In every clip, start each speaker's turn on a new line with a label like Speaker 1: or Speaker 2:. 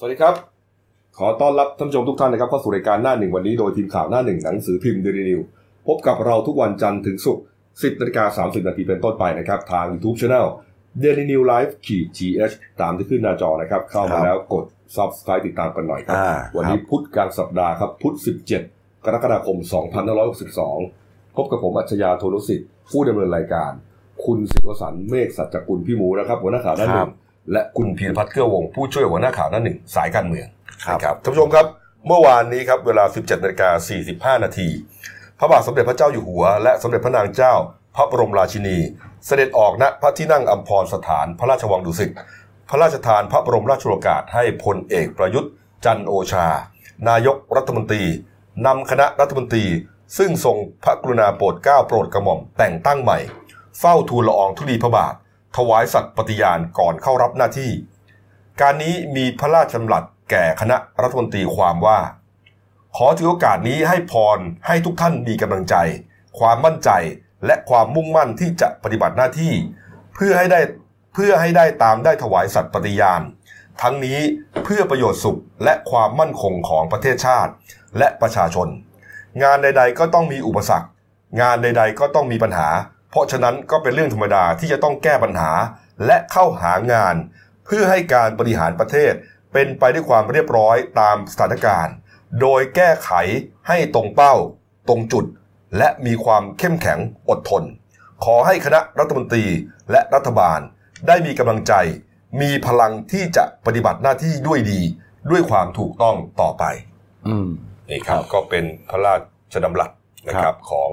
Speaker 1: สวัสดีครับ ขอต้อนรับท่านผู้ชมทุกท่านนะครับเข้าสู่รายการหน้าหนึ่งวันนี้โดยทีมข่าวหน้าหนึ่งหนังสือพิมพ์เดลินิวพบกับเราทุกวันจันทร์ถึงศุกร์10นาฬิกา30นาทีเป็นต้นไปนะครับ ทาง YouTube Channel d a i l y New Life ขีด GH ตามที่ขึ้นหน้าจอนะครับ เข้ามา
Speaker 2: ครับ
Speaker 1: แล้วกด Subscribe ติดตามกันหน่อยครับ
Speaker 2: อ่า
Speaker 1: วันนี้พุธกลางสัปดาห์ครับ พุธ 17 กรกฎาคม 2562 พบกับผมอัจฉริยะโทนุสิทธิ์ ผู้ดำเนินรายการ คุณสิวสันต์เมฆสัจจกุลพี่หมูนะครับหัวหน้าข่าวหน้าหนึ่งและคุณเพียรพัฒน์เกื้อวงศ์ผู้ช่วยหัวหน้าข่าวหน้าหนึ่งสายการเมือง
Speaker 2: ครับ
Speaker 1: ครับท่านผู้ชมครับเมื่อวานนี้ครับเวลา 17นาฬิกา45 นาที พระบาทสมเด็จพระเจ้าอยู่หัว และสมเด็จพระนางเจ้า พระบรมราชินี เสด็จออกณพระที่นั่งอัมพรสถานพระราชวังดุสิตพระราชทานพระบรมราชโองการให้พลเอกประยุทธ์ จันทร์โอชา นายกรัฐมนตรีนำคณะรัฐมนตรี ซึ่งทรงพระกรุณาโปรดเกล้าโปรดกระหม่อมแต่งตั้งใหม่ เฝ้าทูลละอองธุลีพระบาท ถวายสัตย์ปฏิญาณก่อนเข้ารับหน้าที่ การนี้มีพระราชดำรัสแก่คณะรัฐมนตรีความว่า ขอถือโอกาสนี้ให้พรให้ทุกท่านมีกำลังใจ ความมั่นใจและความมุ่งมั่นที่จะปฏิบัติหน้าที่ เพื่อให้ได้เพื่อให้ได้ตามได้ถวายสัตย์ปฏิญาณ ทั้งนี้เพื่อประโยชน์สุขและความมั่นคงของประเทศชาติ และประชาชน งานใด ๆ ก็ต้องมีอุปสรรค งานใด ๆ ก็ต้องมีปัญหา เพราะฉะนั้นก็เป็นเรื่องธรรมดาที่จะต้องแก้ปัญหาและเข้าหางาน เพื่อให้การบริหารประเทศเป็นไปด้วยความเรียบร้อยตามสถานการณ์ โดยแก้ไขให้ตรงเป้า ตรงจุด และมีความเข้มแข็งอดทน ขอให้คณะรัฐมนตรีและรัฐบาล ได้มีกำลังใจ มีพลังที่จะปฏิบัติหน้าที่ด้วยดี ด้วยความถูกต้องต่อไป
Speaker 2: อืม
Speaker 1: นี่ครับก็เป็นพระราชดำรัสนะครับของ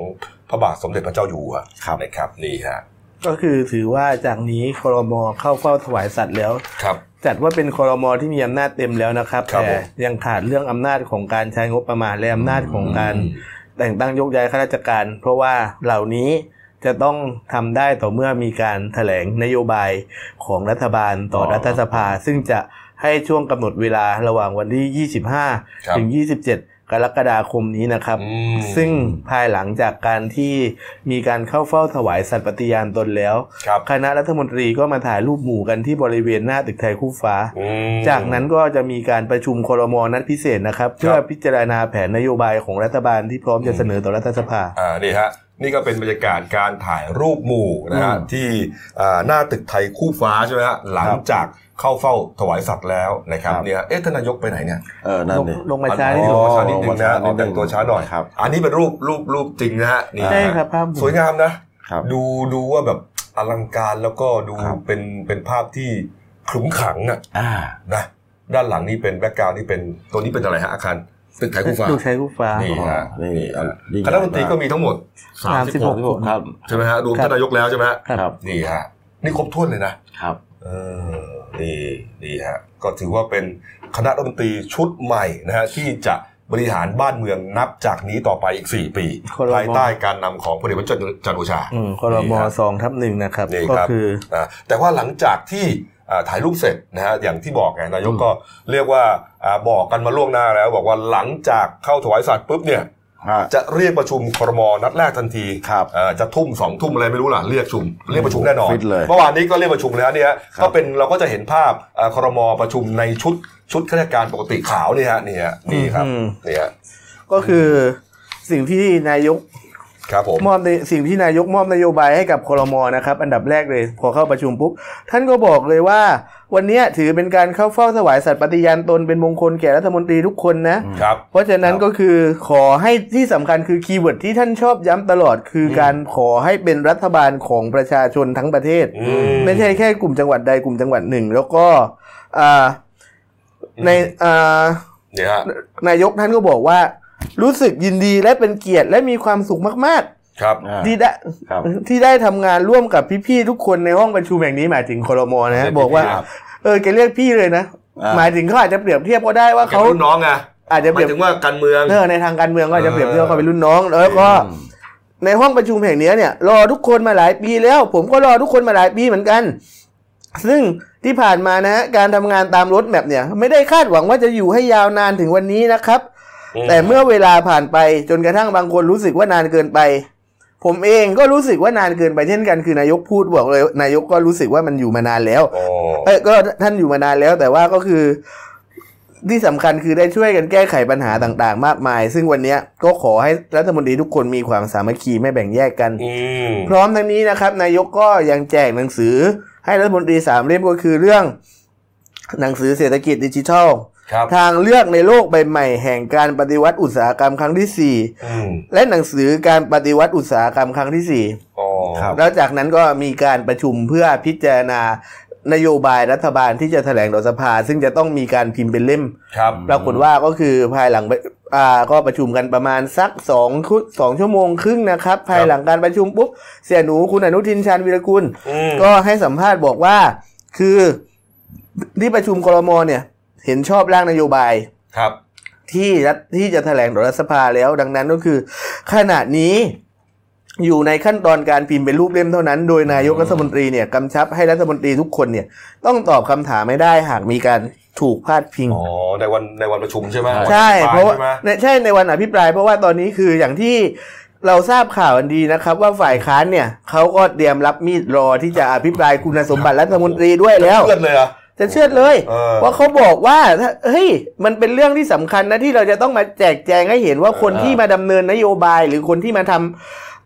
Speaker 1: พระบาทสมเด็จพระเจ้าอยู่หัว
Speaker 2: ครับ
Speaker 1: นะครับนี่ฮะ
Speaker 3: ก็คือถือว่าจากนี้ครมเข้าเฝ้าถวายสัตว์แล้ว
Speaker 1: ครับ
Speaker 3: จัดว่าเป็นครมที่มีอำนาจเต็มแล้วนะครับ
Speaker 1: ครับ
Speaker 3: แต่
Speaker 1: ผม
Speaker 3: ยังขาดเรื่องอำนาจของการใช้งบประมาณและอำนาจของการแต่งตั้งยกย้ายข้าราชการ เพราะว่าเหล่านี้จะต้องทำได้ต่อเมื่อมีการแถลงนโยบายของรัฐบาลต่ออ
Speaker 2: อ
Speaker 3: รัฐสภา ซึ่งจะให้ช่วงกำหนดเวลาระหว่างวันที่ 25 ถึง 27 กรกฎาคมนี้นะครับ
Speaker 1: อืม
Speaker 3: ซึ่งภายหลังจากการที่มีการเข้าเฝ้าถวายสัตย์ปฏิญาณตนแล้ว
Speaker 1: ครับ
Speaker 3: คณะรัฐมนตรีก็มาถ่ายรูปหมู่กันที่บริเวณหน้าตึกไทยคู่ฟ้า
Speaker 1: อืม
Speaker 3: จากนั้นก็จะมีการประชุมครมนัดพิเศษนะครับ เพื่อพิจารณาแผนนโยบายของรัฐบาลที่พร้อมจะเสนอต่อรัฐสภา
Speaker 1: อ่านี่ฮะนี่ก็เป็นบรรยากาศการถ่ายรูปหมู่นะฮะ
Speaker 3: อืม
Speaker 1: ที่อ่าหน้าตึกไทยคู่ฟ้าใช่ไหมฮะหลังจากเข้าเฝ้าถวายสัตว์แล้วนะครับ
Speaker 2: ครับ
Speaker 1: เนี่ยเอ๊ะท่านนายกไปไหนเนี่ย
Speaker 2: เออนั่น
Speaker 3: ลง
Speaker 2: นี่
Speaker 3: ลงมาช้า
Speaker 1: อ๋อ
Speaker 3: ที่
Speaker 2: ด
Speaker 1: ลง
Speaker 3: สุด
Speaker 1: มาช้านิดนึงนะ
Speaker 2: ลงมาช้านิดนึง
Speaker 1: แต่งตัวช้าหน่อย
Speaker 2: ครับ
Speaker 1: อันนี้เป็นรูปรูปรูปจริงนะฮะนี่
Speaker 2: อ่า
Speaker 3: ใช่ครับภาพ
Speaker 1: สวยงามนะ
Speaker 2: ครั
Speaker 1: ดูดูว่าแบบอลังการแล้วก็ดู
Speaker 2: ครับ
Speaker 1: เป็นเป็นภาพที่ขรึมขลังอะ
Speaker 2: อ่า
Speaker 1: นะด้านหลังนี่เป็นแบ็กกราวนี่เป็นตัวนี้เป็นอะไรฮะอาคารตึกไทยคู่ฟ้า
Speaker 3: ดูใช้คู่ฟ้า
Speaker 1: นี่ฮะ
Speaker 2: นี่
Speaker 1: นี่ฮะ
Speaker 2: นี่
Speaker 1: คณะมนตรีก็มีทั้งหมด
Speaker 3: สามสิบหก
Speaker 2: ที่ผมครับ
Speaker 1: ใช่ไหมฮะรวม
Speaker 3: ครับ
Speaker 1: ท่านนายกแล้วใช่ไหมฮะ
Speaker 2: ครับ
Speaker 1: นี่ฮะนี่ครบถ้วนเลยนะครับ เออนี่นี่ฮะก็ถือว่าเป็นคณะรัฐมนตรีชุดใหม่นะฮะที่จะบริหารบ้านเมืองนับจากนี้ต่อไปอีก 4 ปี
Speaker 3: คอรมอ
Speaker 1: ภายใต้การนำของพลเอกประยุทธ์จันทร์โอชา
Speaker 3: อืมครม
Speaker 1: นี่ครับ
Speaker 3: สองทับหนึ่งนะครับ
Speaker 1: นี่
Speaker 3: ก็
Speaker 1: ครับ
Speaker 3: คือ
Speaker 1: อ่าแต่ว่าหลังจากที่อ่าถ่ายรูปเสร็จนะฮะอย่างที่บอกไงนายกก็เรียกว่าอ่าบอกกันมาล่วงหน้าแล้ว บอกว่าหลังจากเข้าถวายสัตว์ปุ๊บเนี่ย
Speaker 2: อ่า
Speaker 1: จะเรียกประชุมครมนัดแรกทันที
Speaker 2: ครับ
Speaker 1: อ่าจะทุ่มสองทุ่มอะไรไม่รู้ล่ะเรียกประชุมเรียกประชุมแน่นอน
Speaker 2: ฟิตเลย
Speaker 1: เมื่อวานนี้ก็เรียกประชุมแล้วเนี่ย
Speaker 2: ครับ
Speaker 1: ก็เป็นเราก็จะเห็นภาพเอ่อครมประชุมในชุดชุดข้าราชการปกติขาวนี่ฮะนี่ฮะนี่ครับ
Speaker 3: อืม
Speaker 1: นี่ฮะ
Speaker 3: ก็คือสิ่งที่นายก
Speaker 1: ครับผม
Speaker 3: มอบในสิ่งที่นายกมอบนโยบายให้กับครมนะครับ อันดับแรกเลย พอเข้าประชุมปุ๊บ ท่านก็บอกเลยว่า วันเนี้ยถือเป็นการเข้าเฝ้าถวายสัตย์ปฏิญาณตนเป็นมงคลแก่รัฐมนตรีทุกคนนะ
Speaker 1: ครับ
Speaker 3: เพราะฉะนั้นก็คือขอให้ที่สำคัญคือคีย์เวิร์ดที่ท่านชอบย้ำตลอด คืออ
Speaker 1: ม
Speaker 3: การขอให้เป็นรัฐบาลของประชาชนทั้งประเทศ
Speaker 1: อืม
Speaker 3: ไม่ใช่แค่กลุ่มจังหวัดใดกลุ่มจังหวัดหนึ่ง แล้วก็อ่า
Speaker 1: อืม
Speaker 3: ในอ่า
Speaker 1: เนี่ยฮะ
Speaker 3: นายกท่านก็บอกว่า รู้สึกยินดีและเป็นเกียรติและมีความสุขมาก ๆ
Speaker 1: ครับ
Speaker 2: อ่า
Speaker 3: ที่ได้
Speaker 2: ครับ
Speaker 3: ที่ได้ทำงานร่วมกับพี่ๆทุกคนในห้องประชุมแห่งนี้หมายถึงครมนะ
Speaker 1: เรียก
Speaker 3: ฮะ
Speaker 1: พี่ๆ
Speaker 3: บอกว่า
Speaker 1: ครับ
Speaker 3: เออแกเรียกพี่เลยนะ
Speaker 2: อ่า
Speaker 3: หมายถึงเขาอาจจะเปรียบเทียบก็ได้ว่า
Speaker 1: เขา
Speaker 3: เขา
Speaker 1: รุ่นน้องไง
Speaker 3: อาจจะ
Speaker 1: ห
Speaker 3: เป
Speaker 1: มา
Speaker 3: รี
Speaker 1: ย
Speaker 3: ยบ
Speaker 1: ถึงว่าการเมือง
Speaker 3: เออในทางการเมืองก็อาจจะเปรียบเทียบเขาเป็นรุ่นน้อง แล้วก็
Speaker 2: อืม
Speaker 3: ในห้องประชุมแห่งเนี้ยเนี่ยรอทุกคนมาหลายปีแล้ว ผมก็รอทุกคนมาหลายปีเหมือนกัน ซึ่งที่ผ่านมานะฮะการทำงานตามรถแมพเนี่ย ไม่ได้คาดหวังว่าจะอยู่ให้ยาวนานถึงวันนี้นะครับ
Speaker 1: อืม
Speaker 3: แต่เมื่อเวลาผ่านไปจนกระทั่งบางคนรู้สึกว่านานเกินไป ผมเองก็รู้สึกว่านานเกินไปเช่นกันคือนายกพูดบอกเลย นายกก็รู้สึกว่ามันอยู่มานานแล้ว
Speaker 1: โอ้
Speaker 3: เอ้ยก็ท่านอยู่มานานแล้วแต่ว่าก็คือ ที่สำคัญคือได้ช่วยกันแก้ไขปัญหาต่างๆ มากมาย ซึ่งวันเนี้ยก็ขอให้รัฐมนตรีทุกคนมีความสามัคคีไม่แบ่งแยกกัน
Speaker 1: อืม
Speaker 3: พร้อมทั้งนี้นะครับ นายกก็ยังแจกหนังสือ ให้รัฐมนตรีสามเล่มก็คือเรื่อง หนังสือเศรษฐกิจดิจิทัล
Speaker 1: ครับ
Speaker 3: ทางเลือกในโลกใบใหม่ แห่งการปฏิวัติอุตสาหกรรมครั้งทีสี่
Speaker 1: อืม
Speaker 3: 4 และหนังสือการปฏิวัติอุตสาหกรรมครั้งทีสี่4
Speaker 1: อ๋อ
Speaker 2: ครับ
Speaker 3: แล้วจากนั้นก็มีการประชุมเพื่อพิจารณานโยบายรัฐบาลที่จะแถลงต่อสภา ซึ่งจะต้องมีการพิมพ์เป็นเล่ม
Speaker 1: ครับ
Speaker 3: ปรากฏว่าก็คือภายหลังไปอ่าก็ประชุมกันประมาณสักสองคุสองชั่วโมงครึ่งนะครับ ภายหลังการประชุมปุ๊บ เสียหนูคุณอนุทินชาญวิรกุล
Speaker 1: อืม
Speaker 3: ก็ให้สัมภาษณ์บอกว่า คือที่ประชุมกรมเนี่ย เห็นชอบร่างนโยบาย
Speaker 1: ครับ
Speaker 3: ที่รัฐที่จะแถลงต่อรัฐสภาแล้วดังนั้นก็คือ ขณะนี้อยู่ในขั้นตอนการพิมพ์เป็นรูปเล่มเท่านั้น โดยนายกรัฐมนตรีเนี่ยกำชับให้รัฐมนตรีทุกคนเนี่ย ต้องตอบคำถามไม่ได้หากมีการถูกพาดพิง
Speaker 1: อ๋อ ในวันในวันประชุมใช่ไหม
Speaker 3: ใช่
Speaker 1: วันอภิปย
Speaker 3: เพราะว่า
Speaker 1: ใช่ไหม
Speaker 3: ในใช่ในวันอภิปรายเพราะว่าตอนนี้คืออย่างที่เราทราบข่าวกันดีนะครับ ว่าฝ่ายค้านเนี่ยเขาก็เตรียมรับมีดรอที่จะอภิปรายคุณสมบัติรัฐมนตรีด้วยแล้ว
Speaker 1: เลือดเลยเหรอ่ะ
Speaker 3: จะเชื่อดเลย
Speaker 1: เออ
Speaker 3: เพราะเขาบอกว่าถ้าเฮ้ย มันเป็นเรื่องที่สำคัญนะที่เราจะต้องมาแจกแจงให้เห็นว่าคน
Speaker 1: เออ
Speaker 3: ที่มาดำเนินนโยบายหรือคนที่มาทำ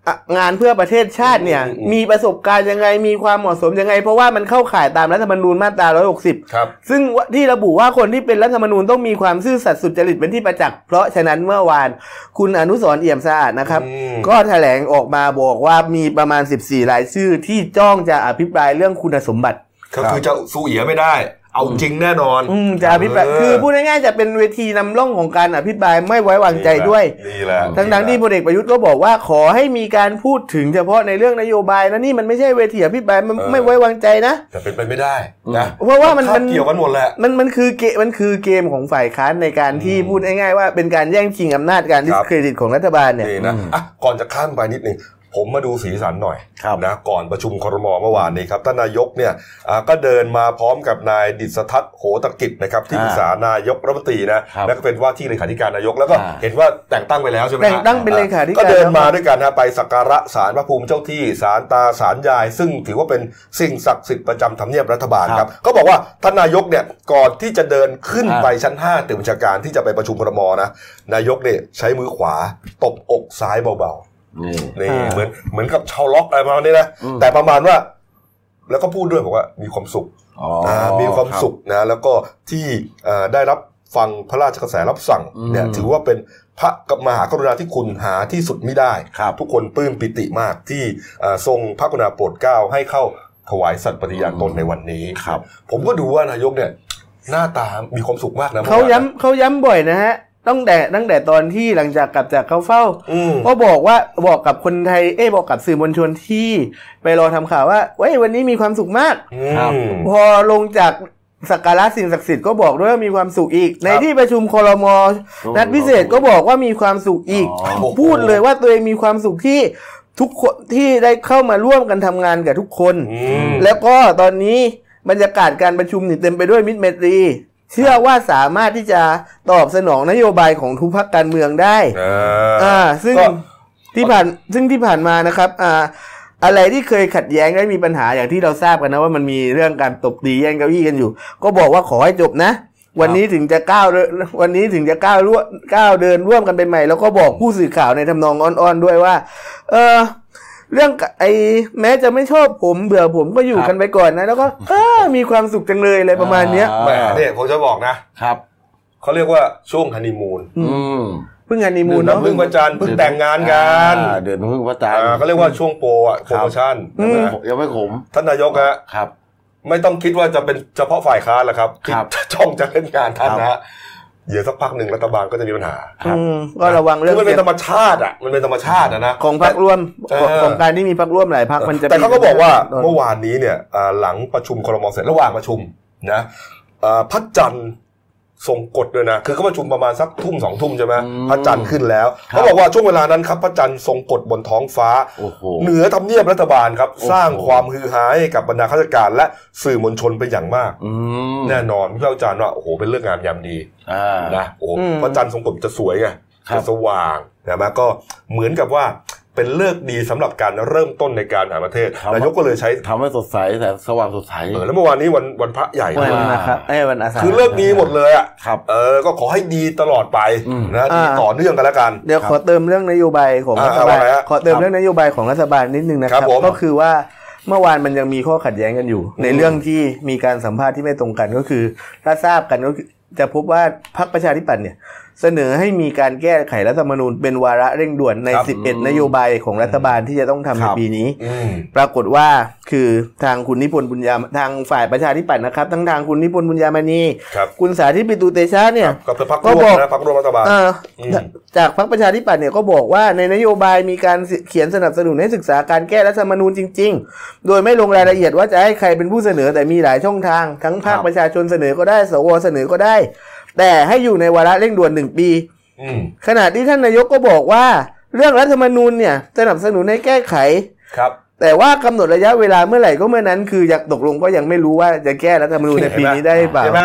Speaker 3: อ่ะงานเพื่อประเทศชาติเนี่ย
Speaker 1: อืมอืม
Speaker 3: มีประสบการณ์ยังไงมีความเหมาะสมยังไง เพราะว่ามันเข้าข่ายตามรัฐธรรมนูญมาตรา 160
Speaker 1: ครับ
Speaker 3: ซึ่งว่าที่ระบุว่าคนที่เป็นรัฐธรรมนูญต้องมีความซื่อสัตย์สุจริตเป็นที่ประจักษ์เพราะฉะนั้นเมื่อวานคุณอนุสรณ์เอี่ยมสะอาดนะครับ
Speaker 1: อืม
Speaker 3: ก็แถลงออกมาบอกว่ามีประมาณ 14 รายชื่อที่จ้องจะอภิปรายเรื่องคุณสมบัติ
Speaker 1: ก็คือจะสู้เอียไม่ได้ เอาจริงแน่นอน
Speaker 3: อืมจะอภิปราย
Speaker 1: เออ
Speaker 3: คือพูดง่ายๆจะเป็นเวทีนำร่องของการอภิปรายไม่ไว้วางใจด้วย
Speaker 1: นี่แหละ
Speaker 3: ทั้งๆที่พลเอกประยุทธ์ก็บอกว่าขอให้มีการพูดถึงเฉพาะในเรื่องนโยบายนะนี่มันไม่ใช่เวทีอภิปรายมันไม่ไว้วางใจนะ
Speaker 1: แต่เป็นไปไม่ได้นะ
Speaker 3: เพราะว่ามัน
Speaker 1: ค
Speaker 3: มั
Speaker 1: ด
Speaker 3: น
Speaker 1: เกี่ยวกันหมดแหละ
Speaker 3: มันมันคือเกมมันคือเกมของฝ่ายค้านในการที่พูดง่ายๆว่าเป็นการแย่งชิงอำนาจการดิ
Speaker 1: ค
Speaker 3: ส
Speaker 1: รับ
Speaker 3: เครดิตของรัฐบาลเนี่ย
Speaker 1: นี่นะอ่ะก่อนจะข้ามไปนิดนึงผมมาดูสีสันหน่อย
Speaker 2: ครับ
Speaker 1: นะก่อนประชุมครมเมื่อวานนี้ครับท่านนายกเนี่ยอ่าก็เดินมาพร้อมกับนายดิษฐทัศน์โหตกิจนะครับที่ปรึกษานายกรัฐมนตรีนะครับแล้วก็เป็นว่าที่เลขาธิการนายกแล้วก็
Speaker 2: อ่า
Speaker 1: เห็นว่าแต่งตั้งไปแล้วใช่ไหมฮะ
Speaker 3: แต่งตั้งเป็นเลขาธิการ
Speaker 1: ก็เดินมาด้วยกันนะไปสักการะศาลพระภูมิเจ้าที่ศาลตาศาลยาย ซึ่งถือว่าเป็นสิ่งศักดิ์สิทธิ์ประจำทำเนียบรัฐบาลครับก็บอกว่าท่านนายกเนี่ยก่อนที่จะเดินขึ้น
Speaker 2: ครับ
Speaker 1: ไปชั้น 5ตึกบัญชาการที่จะไปประชุมครมนะนายกเนี่ยใช้มือขวาตบอกซ้ายเบา
Speaker 2: นี่
Speaker 1: ๆนี่
Speaker 3: อ่า
Speaker 1: เหมือนเหมือนกับชาวล็อกอะไรประมาณนี้นะ
Speaker 2: อืม
Speaker 1: แต่ประมาณว่า แล้วก็พูดด้วยบอกว่ามีความสุข
Speaker 2: อ๋อ
Speaker 1: อ่ามีความสุขนะแล้วก็ที่เอ่อได้รับฟังพระราชกระแสรับสั่ง
Speaker 2: อืม
Speaker 1: เนี่ยถือว่าเป็นพระกมหากรุณาที่คุณหาที่สุดไม่ได้
Speaker 2: ครับ
Speaker 1: ทุกคนปลื้มปิติมากที่เอ่อทรงพระกรุณาโปรดเกล้าให้เข้าถวายสัตย์ปฏิญาณตนในวันนี้
Speaker 2: ครับ
Speaker 1: ผมก็ดูว่านายกเนี่ยหน้าตามีความสุขมากนะ
Speaker 3: เขาย้ำเขาย้ำบ่อยนะฮะตั้งแต่ตั้งแต่ตอนที่หลังจากกลับจากเขาเฝ้า
Speaker 1: อืม
Speaker 3: ก็บอก ว่าบอกกับคนไทย เอ้ยบอกกับสื่อมวลชนที่ไปรอทำข่าวว่าเว้ยวันนี้มีความสุขมาก
Speaker 2: ครับ
Speaker 3: พอลงจากสักการะสิ่งศักดิ์สิทธิ์ก็บอกด้วยว่ามีความสุขอีก ในที่ประชุมคอรมอนัดพิเศษก็บอกว่ามีความสุขอีก
Speaker 1: โอ้โห
Speaker 3: พูดเลยว่าตัวเองมีความสุขที่ทุกคนที่ได้เข้ามาร่วมกันทำงานกับทุกคน
Speaker 1: อืม
Speaker 3: แล้วก็ตอนนี้บรรยากาศการประชุมนี่เต็มไปด้วยมิตรเมตรี เชื่อว่าสามารถที่จะตอบสนองนโยบายของทุกพรรคการเมืองได้
Speaker 1: อ่
Speaker 3: อ่า
Speaker 1: า
Speaker 3: ซึ่ง
Speaker 1: ก็
Speaker 3: ที่ผ่านซึ่งที่ผ่านมานะครับอ่าอะไรที่เคยขัดแย้งและมีปัญหาอย่างที่เราทราบกันนะว่ามันมีเรื่องการตบตีแย่งเก้าอี้กันอยู่ ก็บอกว่าขอให้จบนะ วันนี้ถึงจะก้าวเดินวันนี้ถึงจะก้าวร่วมก้าวเดินร่วมกันไปใหม่ แล้วก็บอกผู้สื่อข่าวในทำนองอ้อนๆด้วยว่า เออเรื่องกะไอ้แม้จะไม่ชอบผมเบื่อผมก็อ
Speaker 2: ค
Speaker 3: ยู่
Speaker 2: รับ
Speaker 3: กันไปก่อนนะ แล้วก็เออมีความสุขจังเลยอะไรประมาณเนี้ย
Speaker 2: อ่า
Speaker 1: แหมเนี่ยผมจะบอกนะครับ เขาเรียกว่าช่วงฮันนีมูน
Speaker 2: อืม
Speaker 3: เพิ่งงานนีมูลเนาะ
Speaker 1: เพิ่งประจันทร์เพิ่งแต่งงานกัน
Speaker 2: อ่าเดือนพฤษภาค
Speaker 1: อ่าม เขาเรียกว่าช่วงโปรอะโป
Speaker 2: ครั
Speaker 1: ร
Speaker 2: บ
Speaker 1: โมชั่น
Speaker 3: อืม
Speaker 1: นะฮะ
Speaker 2: ยังไม่ขม
Speaker 1: ท่านนายกฮะ
Speaker 2: ครับ
Speaker 1: ไม่ต้องคิดว่าจะเป็นเฉพาะฝ่ายค้านหรอกครับ
Speaker 2: ครับ
Speaker 1: ที่จ้องจะเล่นงานท่าน
Speaker 2: ครับ
Speaker 1: นะฮะเดี๋ยวสักพักหนึ่งรัฐบาลก็จะมีปัญหา
Speaker 2: ครับ
Speaker 3: อืมก็ระวังเรื่อง
Speaker 1: คือมันเป็น
Speaker 3: เสีย
Speaker 1: ธรรมชาติอ่ะมันเป็นธรรมชาติอะนะ
Speaker 3: ของพรรคร่วม
Speaker 1: เออ
Speaker 3: ของการที่มีพรรคร่วมหลายพรรคมันจะ
Speaker 1: แต่เขาก็
Speaker 3: มี
Speaker 1: บอกว่า
Speaker 3: โดน
Speaker 1: เมื่อวานนี้เนี่ยอ่าหลังประชุมครมเสร็จระหว่างประชุมนะอ่าพระจันทร์ทรงกฎด้วยนะคือเขาประชุมประมาณสักทุ่มสองทุ่มใช่ไหม
Speaker 2: อืม
Speaker 1: พระจันทร์ขึ้นแล้ว
Speaker 2: ครับ
Speaker 1: เขาบอกว่าช่วงเวลานั้นครับพระจันทร์ทรงกฎบนท้องฟ้า
Speaker 2: โอ้โห
Speaker 1: เหนือทำเนียบรัฐบาลครับ
Speaker 2: โอ้โห
Speaker 1: สร้างความฮือฮาให้กับบรรดาข้าราชการและสื่อมวลชนเป็นอย่างมาก
Speaker 2: อืม
Speaker 1: แน่นอนพี่อาจารย์ว่าโอ้โหเป็นเรื่องงามยามดี
Speaker 2: อ่า
Speaker 1: นะโอ้โห
Speaker 3: อืม
Speaker 1: พระจันทร์ทรงกลมจะสวยไง
Speaker 2: ครับ
Speaker 1: จะสว่างนะมาก็เหมือนกับว่า เป็นเลิกษ์ดีสำหรับการเริ่มต้นในการหาประเทศ
Speaker 2: ครับ
Speaker 1: นายกก็เลยใช้
Speaker 2: ทำให้สดใสแต่สว่างสดใส
Speaker 1: เออแล้วเมื่อวานนี้วันวันพระใหญ่
Speaker 3: วั
Speaker 1: ด้ว
Speaker 3: น
Speaker 1: ย
Speaker 2: อ่า
Speaker 3: นะครับไอ้ยวันอาสาฬ
Speaker 1: คือเลิกษ์ดีหมดเลยอ่ะ
Speaker 2: ครับ
Speaker 1: เออก็ขอให้ดีตลอดไป
Speaker 2: อืม
Speaker 1: นะดีต่อเนื่องกันแล้วกัน
Speaker 3: เดี๋ยวขอเติมเรื่องนโยบายของ
Speaker 1: อ่า
Speaker 3: รัฐบาล
Speaker 1: เอาไว้ฮะ
Speaker 3: ขอเติมเรื่องนโยบายของรัฐบาลนิดนึงนะครั
Speaker 1: ครับ บผม
Speaker 3: ก็คือว่าเมื่อวานมันยังมีข้อขัดแย้งกันอยู่ ในเรื่องที่มีการสัมภาษณ์ที่ไม่ตรงกันก็คือถ้าทราบกันก็คือจะพบว่าพรรคประชาธิปัตย์เนี่ย เสนอให้มีการแก้ไขรัฐธรรมนูญเป็นวาระเร่งด่วนใน
Speaker 1: ครับ
Speaker 3: 11 นโยบายของรัฐบาลที่จะต้องทำใน
Speaker 2: ครับ
Speaker 3: ปีนี้
Speaker 1: อืม
Speaker 3: ปรากฏว่าคือทางคุณนิพนธ์บุญญาทางฝ่ายประชาธิปัตย์นะครับ ทั้งทางคุณนิพนธ์บุญญามณี
Speaker 1: ครับ
Speaker 3: คุณสาธิตปิตุเตชะเนี่ย
Speaker 1: ก็เป็นพรรค
Speaker 3: ก็
Speaker 1: ร่ว
Speaker 3: บอ
Speaker 1: ม
Speaker 3: ก
Speaker 1: นะพรรคร่วมรัฐบาล
Speaker 3: เอ่อ
Speaker 1: อืม
Speaker 3: จากพรรคประชาธิปัตย์เนี่ยก็บอกว่าในนโยบายมีการเขียนสนับสนุนให้ศึกษาการแก้รัฐธรรมนูญจริง ๆ โดยไม่ลงรายละเอียดว่าจะให้ใครเป็นผู้เสนอแต่มีหลายช่องทาง ทั้งภา
Speaker 2: ค
Speaker 3: ค
Speaker 2: รับ
Speaker 3: ประชาชนเสนอก็ได้ สวเสนอก็ได้ แต่ให้อยู่ในวาระเร่งด่วนหนึ่งปี
Speaker 1: อืม
Speaker 3: ขณะที่ท่านนายกก็บอกว่า เรื่องรัฐธรรมนูญเนี่ยสนับสนุนให้แก้ไข
Speaker 1: ครับ
Speaker 3: แต่ว่ากำหนดระยะเวลาเมื่อไหร่ก็เมื่อนั้นคืออยากตกลงก็ยังไม่รู้ว่าจะแก้รัฐธรรมนูญในปีนี้ได้หรือเปล่า
Speaker 1: เห็นไหม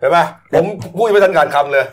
Speaker 1: เห็นไหมผมพูดไม่ทันการคำเลย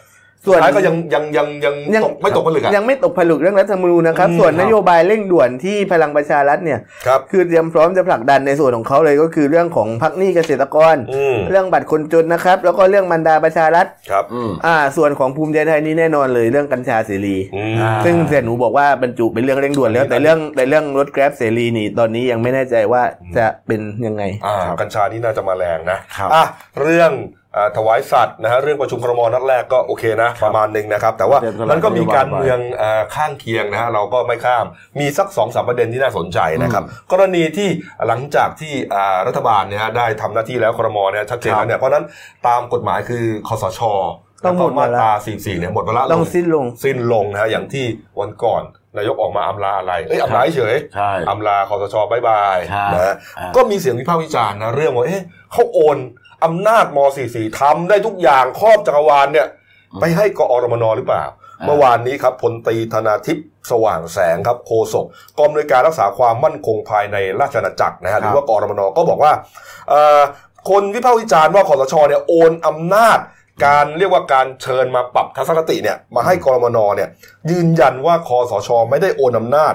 Speaker 3: ส่วน
Speaker 1: สุดท้ายก็ยังยังยังยัง
Speaker 3: ยัง
Speaker 1: ตกไม่ตกผลึกอะ
Speaker 3: ยังไม่ตกผลึกเรื่องรัฐธรรมนูญนะครับ
Speaker 1: อืม
Speaker 3: ส่วนนโยบายเร่งด่วนที่พลังประชารัฐเนี่ย
Speaker 1: ครับ
Speaker 3: คือเตรียมพร้อมจะผลักดันในส่วนของเขาเลยก็คือเรื่องของพักหนี้เกษตรกร
Speaker 1: อืม
Speaker 3: เรื่องบัตรคนจนนะครับ แล้วก็เรื่องมันดาประชารัฐ
Speaker 1: ครับ
Speaker 2: อืม
Speaker 3: อ่า ส่วนของภูมิใจไทยนี่แน่นอนเลยเรื่องกัญชาเสรี
Speaker 1: อืม
Speaker 2: อ่า
Speaker 3: ซึ่งเสียหนูบอกว่าบรรจุเป็นเรื่องเร่งด่วนแล้ว แต่เรื่องแต่เรื่องรถแกร็บเสรีนี่ตอนนี้ยังไม่แน่ใจว่าจะเป็นยังไง
Speaker 1: อ่า
Speaker 2: ครับ
Speaker 1: กัญชานี่น่าจะมาแรงนะครับ อ่ะเรื่องอ่าถวายสัตว์นะฮะเรื่องประชุมครมนัดแรกก็โอเคนะ ประมาณหนึ่งนะครับ แต่ว่า
Speaker 2: เดี๋ยวจะ
Speaker 1: มันก็มีการ
Speaker 2: ระบาย
Speaker 1: เมืองอ่าข้างเคียงนะฮะเราก็ไม่ข้ามมีสักสองสามประเด็นที่น่าสนใจนะครับกรณีที่หลังจากที่อ่ารัฐบาลเนี่ยฮะได้ทำหน้าที่แล้วครมเนี่ยชัดเจน
Speaker 2: ค
Speaker 1: แล้
Speaker 2: รับ
Speaker 1: วเนี่ยเพราะฉะนั้นตามกฎหมายคือคสช
Speaker 3: ต้องหมด
Speaker 1: แล้วก็มา
Speaker 3: เวลา
Speaker 1: ตรา44เนี่ยหมดเวลา
Speaker 3: ต้อง
Speaker 1: ล
Speaker 3: สิ้นลง
Speaker 1: สิ้นลงนะฮะอย่างที่วันก่อนนายกออกมาอำลาอะไรเอ้ยอำลาเฉย
Speaker 2: ใช่
Speaker 1: อำลาคอสชบายบาย
Speaker 2: ใช่
Speaker 1: นะฮะ
Speaker 2: อ่า
Speaker 1: ก็มีเสียงวิพากษ์วิจารณ์นะเรื่องว่าเอ๊ะเขาโอนอำนาจม .44 ทำได้ทุกอย่างครอบจักรวาลเนี่ย ไปให้กอรมนหรือเปล่า เมื่อวานนี้ครับพลตรีธนาทิพย์สว่างแสงครับโฆษกกองอำนวยการรักษาความมั่นคงภายในราชอาณาจักรนะฮะหรือว่ากอรมนก็บอกว่าเอ่อคนวิพากษ์วิจารณ์ว่าคอสชเนี่ยโอนอำนาจ การเรียกว่าการเชิญมาปรับทัศนคติเนี่ยมาให้กรมนเนี่ยยืนยันว่าคอสชไม่ได้โอนอำนาจ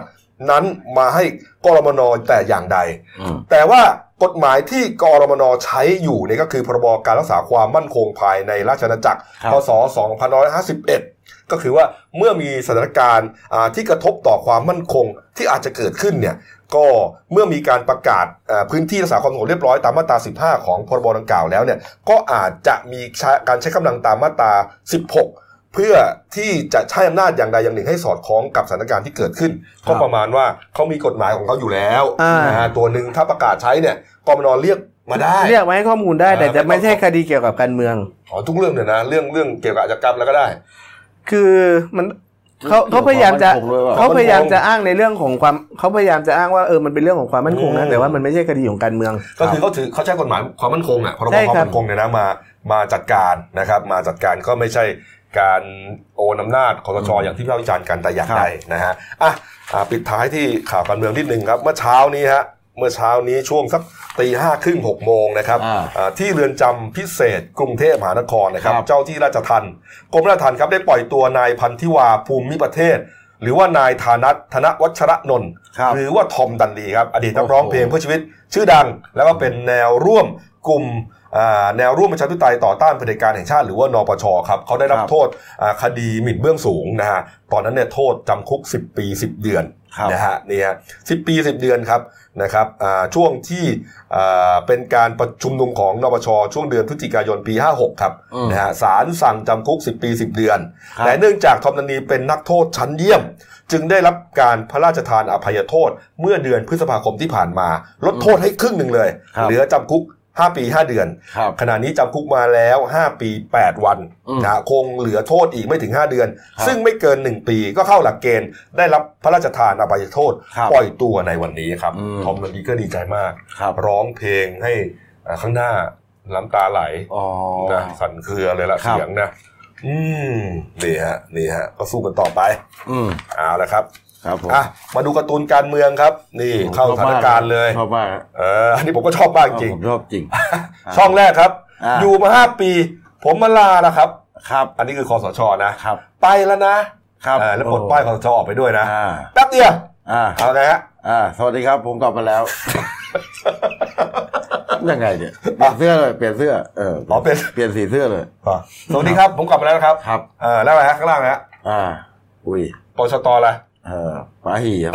Speaker 1: นั้นมาให้กรมนแต่อย่างใด
Speaker 2: อืม
Speaker 1: แต่ว่ากฎหมายที่กรมนใช้อยู่เนี่ยก็คือพรบการรักษาความมั่นคงภายในราชอาณาจักร
Speaker 2: ครับ
Speaker 1: พศ2551 ก็คือว่าเมื่อมีสถานการณ์อ่าที่กระทบต่อความมั่นคงที่อาจจะเกิดขึ้นเนี่ยก็เมื่อมีการประกาศอ่าพื้นที่รักษาความสงบเรียบร้อยตามมาตรา 15 ของพรบดังกล่าวแล้วเนี่ยก็อาจจะมีใช้การใช้กำลังตามมาตรา 16 เพื่อที่จะใช้อำนาจอย่างใดอย่างหนึ่งให้สอดคล้องกับสถานการณ์ที่เกิดขึ้น ก็ประมาณว่าเขามีกฎหมายของเขาอยู่แล้ว
Speaker 3: อ่าน
Speaker 1: นะฮะ ตัวหนึ่งถ้าประกาศใช้เนี่ยกมนเรียกมาได้
Speaker 3: เรียกมาให้ข้อมูลได้ แต่
Speaker 1: เออ
Speaker 3: จะไม่ใช่คดีเกี่ยวกับการเมือง
Speaker 1: อ๋อทุกเรื่องเนี่ยนะเรื่องเรื่องเกี่ยวกับอาชญากรรมแล้วก็ได้
Speaker 3: คือมันเขาเขาพยายามจะ
Speaker 2: เรื่องของความมั่นคงด้วยเปล่า
Speaker 3: เขาพยายามจะอ้างในเรื่องของความเขาพยายามจะอ้างว่าเออมันเป็นเรื่องของความมั่นคง
Speaker 1: อื
Speaker 3: นะ
Speaker 1: ม
Speaker 3: แต่ว่ามันไม่ใช่คดีของการเมือง
Speaker 1: ก็คือเขาถือเขาใช้กฎหมายความมั่นคงอ่ะพรบ
Speaker 3: ใช่
Speaker 1: ความ
Speaker 3: ครับ
Speaker 1: มั่นคงเนี่ยนะมามาจัดการนะครับ มาจัดการก็ไม่ใช่การโอนอำนาจคอสชอย่างที่พี่วิจารณ์กันแต่อย่างใดนะฮะอ่ะอ่ะปิดท้ายที่ข่าวการเมืองนิดนึงครับ เมื่อเช้านี้ฮะเมื่อเช้านี้ช่วงสักตีห้าครึ่งหกโมงนะครับ
Speaker 2: อ่า
Speaker 1: อ่าที่เรือนจำพิเศษกรุงเทพมหานครนะครับ
Speaker 2: ครับ
Speaker 1: เจ้าที่ราชทัณฑ์กรมราชทัณฑ์ครับได้ปล่อยตัวนายพันธิวาภูมิประเทศ หรือว่านายธานัทธนวัชระนนท์
Speaker 2: ครับ
Speaker 1: หรือว่าทอมดันดีครับ อดีตนักร้อง
Speaker 2: โอ้โห
Speaker 1: เพลงเพื่อชีวิต ชื่อดัง แล้วก็เป็นแนวร่วมกลุ่มอ่าแนวร่วมประชาธิปไตยต่อต้านเผด็จการแห่งชาติหรือว่านปชครับเขาได้รับ
Speaker 2: ครับ
Speaker 1: โทษอ่าคดีหมิ่นเบื้องสูงนะฮะตอนนั้นเนี่ยโทษจำคุก 10 ปี 10 เดือน
Speaker 2: ครับ
Speaker 1: นะฮะนี่ฮะสิปี 10 เดือนครับนะครับอ่าช่วงที่อ่าเป็นการประชุมนุมของนปชช่วงเดือนพฤศจิกายนปี 56 ครับ
Speaker 2: อืม
Speaker 1: นะฮะศาลสั่งจำคุก 10 ปี 10 เดือน
Speaker 2: ครับ
Speaker 1: แต่เนื่องจากทอมนันนีเป็นนักโทษชั้นเยี่ยม จึงได้รับการพระราชทานอภัยโทษ เมื่อเดือนพฤษภาคมที่ผ่านมา ลดโทษให้ครึ่งหนึ่งเลย
Speaker 2: ครับ
Speaker 1: เหลือจำคุก 5 ปี 5 เดือน
Speaker 2: ครับ
Speaker 1: ขณะนี้จำคุกมาแล้ว 5 ปี 8 วัน
Speaker 2: อืม
Speaker 1: นะฮะคงเหลือโทษอีกไม่ถึง 5 เดือน
Speaker 2: ครับ
Speaker 1: ซึ่งไม่เกิน 1 ปีก็เข้าหลักเกณฑ์ได้รับพระราชทานอภัยโทษ
Speaker 2: ครับ
Speaker 1: ปล่อยตัวในวันนี้ครับ
Speaker 2: อืม
Speaker 1: ทอมนันนีก็ดีใจมาก
Speaker 2: ครับ
Speaker 1: ร้องเพลงให้อ่าข้างหน้าน้ำตาไหล
Speaker 2: อ๋อ
Speaker 1: นะสั่นเครือเลยละ
Speaker 2: ครับ
Speaker 1: เสียงนะ อืมนี่ฮะนี่ฮะ ก็สู้กันต่อไป
Speaker 2: อืม
Speaker 1: เอาละครับ
Speaker 2: ครับผม
Speaker 1: อ่ะมาดูการ์ตูนการเมืองครับ นี่เข้าสถานการณ์เลย
Speaker 2: ชอบมาก
Speaker 1: เอออันนี้ผมก็ชอบมากจริง
Speaker 2: ผมชอบจริง อ่า
Speaker 1: ช่องแรกครับ
Speaker 2: อ่า
Speaker 1: อยู่มาห้าปี ผมมาลาแล้วครับ
Speaker 2: ครับ
Speaker 1: อันนี้คือคอสชนะ
Speaker 2: ครับ
Speaker 1: ไปแล้วนะครับ เออแล้วปลดป้ายคอสชออกไปด้วยนะ
Speaker 2: อ่า
Speaker 1: แป๊บเดียว
Speaker 2: อ่า
Speaker 1: เอานะฮะ
Speaker 2: อ่า สวัสดีครับ ผมกลับมาแล้ว ยังไงเนี่ยเปลี่ยนเสื้อเลยเปลี่ยนเสื้อเออ
Speaker 1: อ๋อเปลี่ยน
Speaker 2: เปลี่ยนสีเสื้อเลย
Speaker 1: อ่ะสวัสดีครับ ผมกลับมาแล้วนะครับ
Speaker 2: ครับ
Speaker 1: เออแล้วอะไรฮะข้างล่างนะฮะ
Speaker 2: อ่า อุ้ย
Speaker 1: ปชตอะไร
Speaker 2: เออปาหีครับ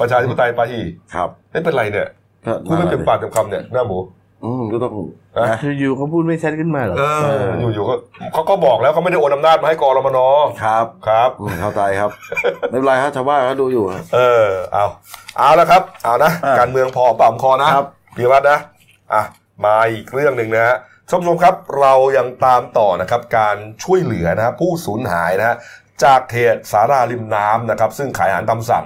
Speaker 1: ประชาธิปไตยปาฮี
Speaker 2: ครับ
Speaker 1: ไม่เป็นไรเนี่ย
Speaker 2: ก็
Speaker 1: พูดไม่เต็มปากเต็มคำเนี่ยหน้าหมู
Speaker 2: อืมก็ต้อง
Speaker 1: เอ๊ะ
Speaker 2: นะ
Speaker 3: อยู่ๆเขาพูดไม่ชัดขึ้นมาเหรอ
Speaker 1: เอ
Speaker 2: เออ
Speaker 1: ออยู่ๆก็เขาก็บอกแล้วเขาไม่ได้โอนอำนาจมาให้กรมน
Speaker 2: ครับ
Speaker 1: ครับ
Speaker 2: อืมเข้าใจครับ ไม่เป็นไรครับชาวบ้านเขาดูอยู่ครับ
Speaker 1: เออเอาเอาแล้วครับ เอานะ
Speaker 2: อ่ะ
Speaker 1: การเมืองพอปามคอนะครับ พิยวัฒน์นะอ่ะมาอีกเรื่องหนึ่งนะฮะชมชมครับเรายังตามต่อนะครับการช่วยเหลือนะฮะผู้สูญหายนะฮะจากเหตุสาราริมน้ำนะครับ ซึ่งขายอาหารตามสั่ง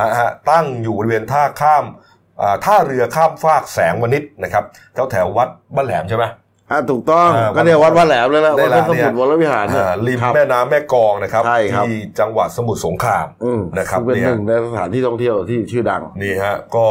Speaker 1: นะฮะตั้งอยู่บริเวณท่าข้ามอ่าท่าเรือข้ามฟากแสงวนิชนะครับแถวแถววัดบ้านแหลมใช่ไหม
Speaker 2: อ่าถูกต้อง
Speaker 1: เออ
Speaker 2: ก็เนี่ยวัดวัดแหลมเลยนะ
Speaker 1: ได้
Speaker 2: วัด
Speaker 1: แล้
Speaker 2: พ
Speaker 1: ว
Speaker 2: ระส
Speaker 1: เนี่
Speaker 2: มุ
Speaker 1: ย
Speaker 2: ทรวรวิหารเนี่ย
Speaker 1: อ่าริม
Speaker 2: ครับ
Speaker 1: แม่น้ำแม่กองนะครับ
Speaker 2: ใช่ครับ
Speaker 1: ที่จังหวัดสมุทรสงคราม
Speaker 2: อืม
Speaker 1: นะครับ
Speaker 2: ซึ่งเป็น
Speaker 1: เนี่ย
Speaker 2: หนึ่งในสถานที่ท่องเที่ยวที่ชื่อดัง
Speaker 1: นี่ฮะก็